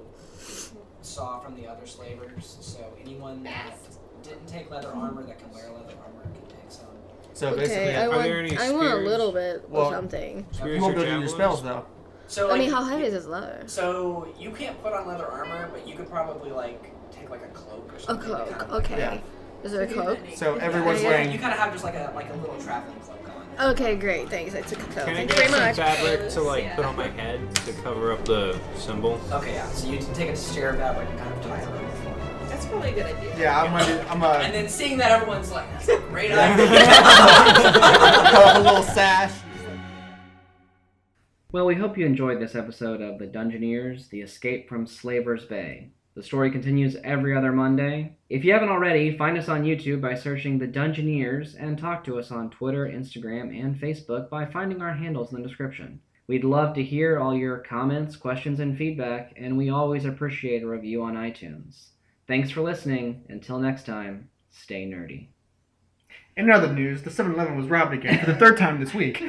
Speaker 2: saw from the other slavers. So anyone that didn't take leather
Speaker 6: Hmm.
Speaker 2: armor that can wear leather armor can take some.
Speaker 1: So basically,
Speaker 6: Okay, uh, I want
Speaker 10: there any
Speaker 6: I want a
Speaker 10: spears?
Speaker 6: little bit or
Speaker 1: Well-
Speaker 6: something.
Speaker 1: you
Speaker 10: Spears
Speaker 1: won't
Speaker 10: or
Speaker 1: go do your
Speaker 10: javelins?
Speaker 1: spells though.
Speaker 2: So
Speaker 6: I
Speaker 2: like,
Speaker 6: mean, how heavy is this leather?
Speaker 2: So you can't put on leather armor, but you could probably like take like a cloak or
Speaker 6: A
Speaker 2: something. to kind
Speaker 6: cloak.
Speaker 2: of, like,
Speaker 6: Okay.
Speaker 1: Yeah.
Speaker 6: Is there a cloak?
Speaker 1: So everyone's
Speaker 6: Yeah.
Speaker 2: You
Speaker 1: wearing.
Speaker 2: kind of have just like a like a little traveling cloak on.
Speaker 6: Okay, great. Thanks. I took a cloak.
Speaker 10: Can I
Speaker 6: Thank you
Speaker 10: get
Speaker 6: very
Speaker 10: some
Speaker 6: much.
Speaker 10: fabric to like
Speaker 11: Yeah.
Speaker 10: put on my head to cover up the symbol?
Speaker 6: Oh.
Speaker 2: Okay, yeah. So you take a stare that way and kind of tie it around the floor.
Speaker 11: That's probably a good idea.
Speaker 1: Yeah, I'm gonna.
Speaker 6: (laughs)
Speaker 1: I'm
Speaker 2: And
Speaker 1: a,
Speaker 2: then seeing that everyone's like, that's a great idea.
Speaker 1: (laughs) a little sash.
Speaker 12: Well, we hope you enjoyed this episode of The Dungeoneers The Escape from Slaver's Bay. The story continues every other Monday. If you haven't already, find us on YouTube by searching The Dungeoneers and talk to us on Twitter, Instagram, and Facebook by finding our handles in the description. We'd love to hear all your comments, questions, and feedback, and we always appreciate a review on iTunes. Thanks for listening. Until next time, stay nerdy.
Speaker 1: In other news, the 7-Eleven was robbed again for the third time this week.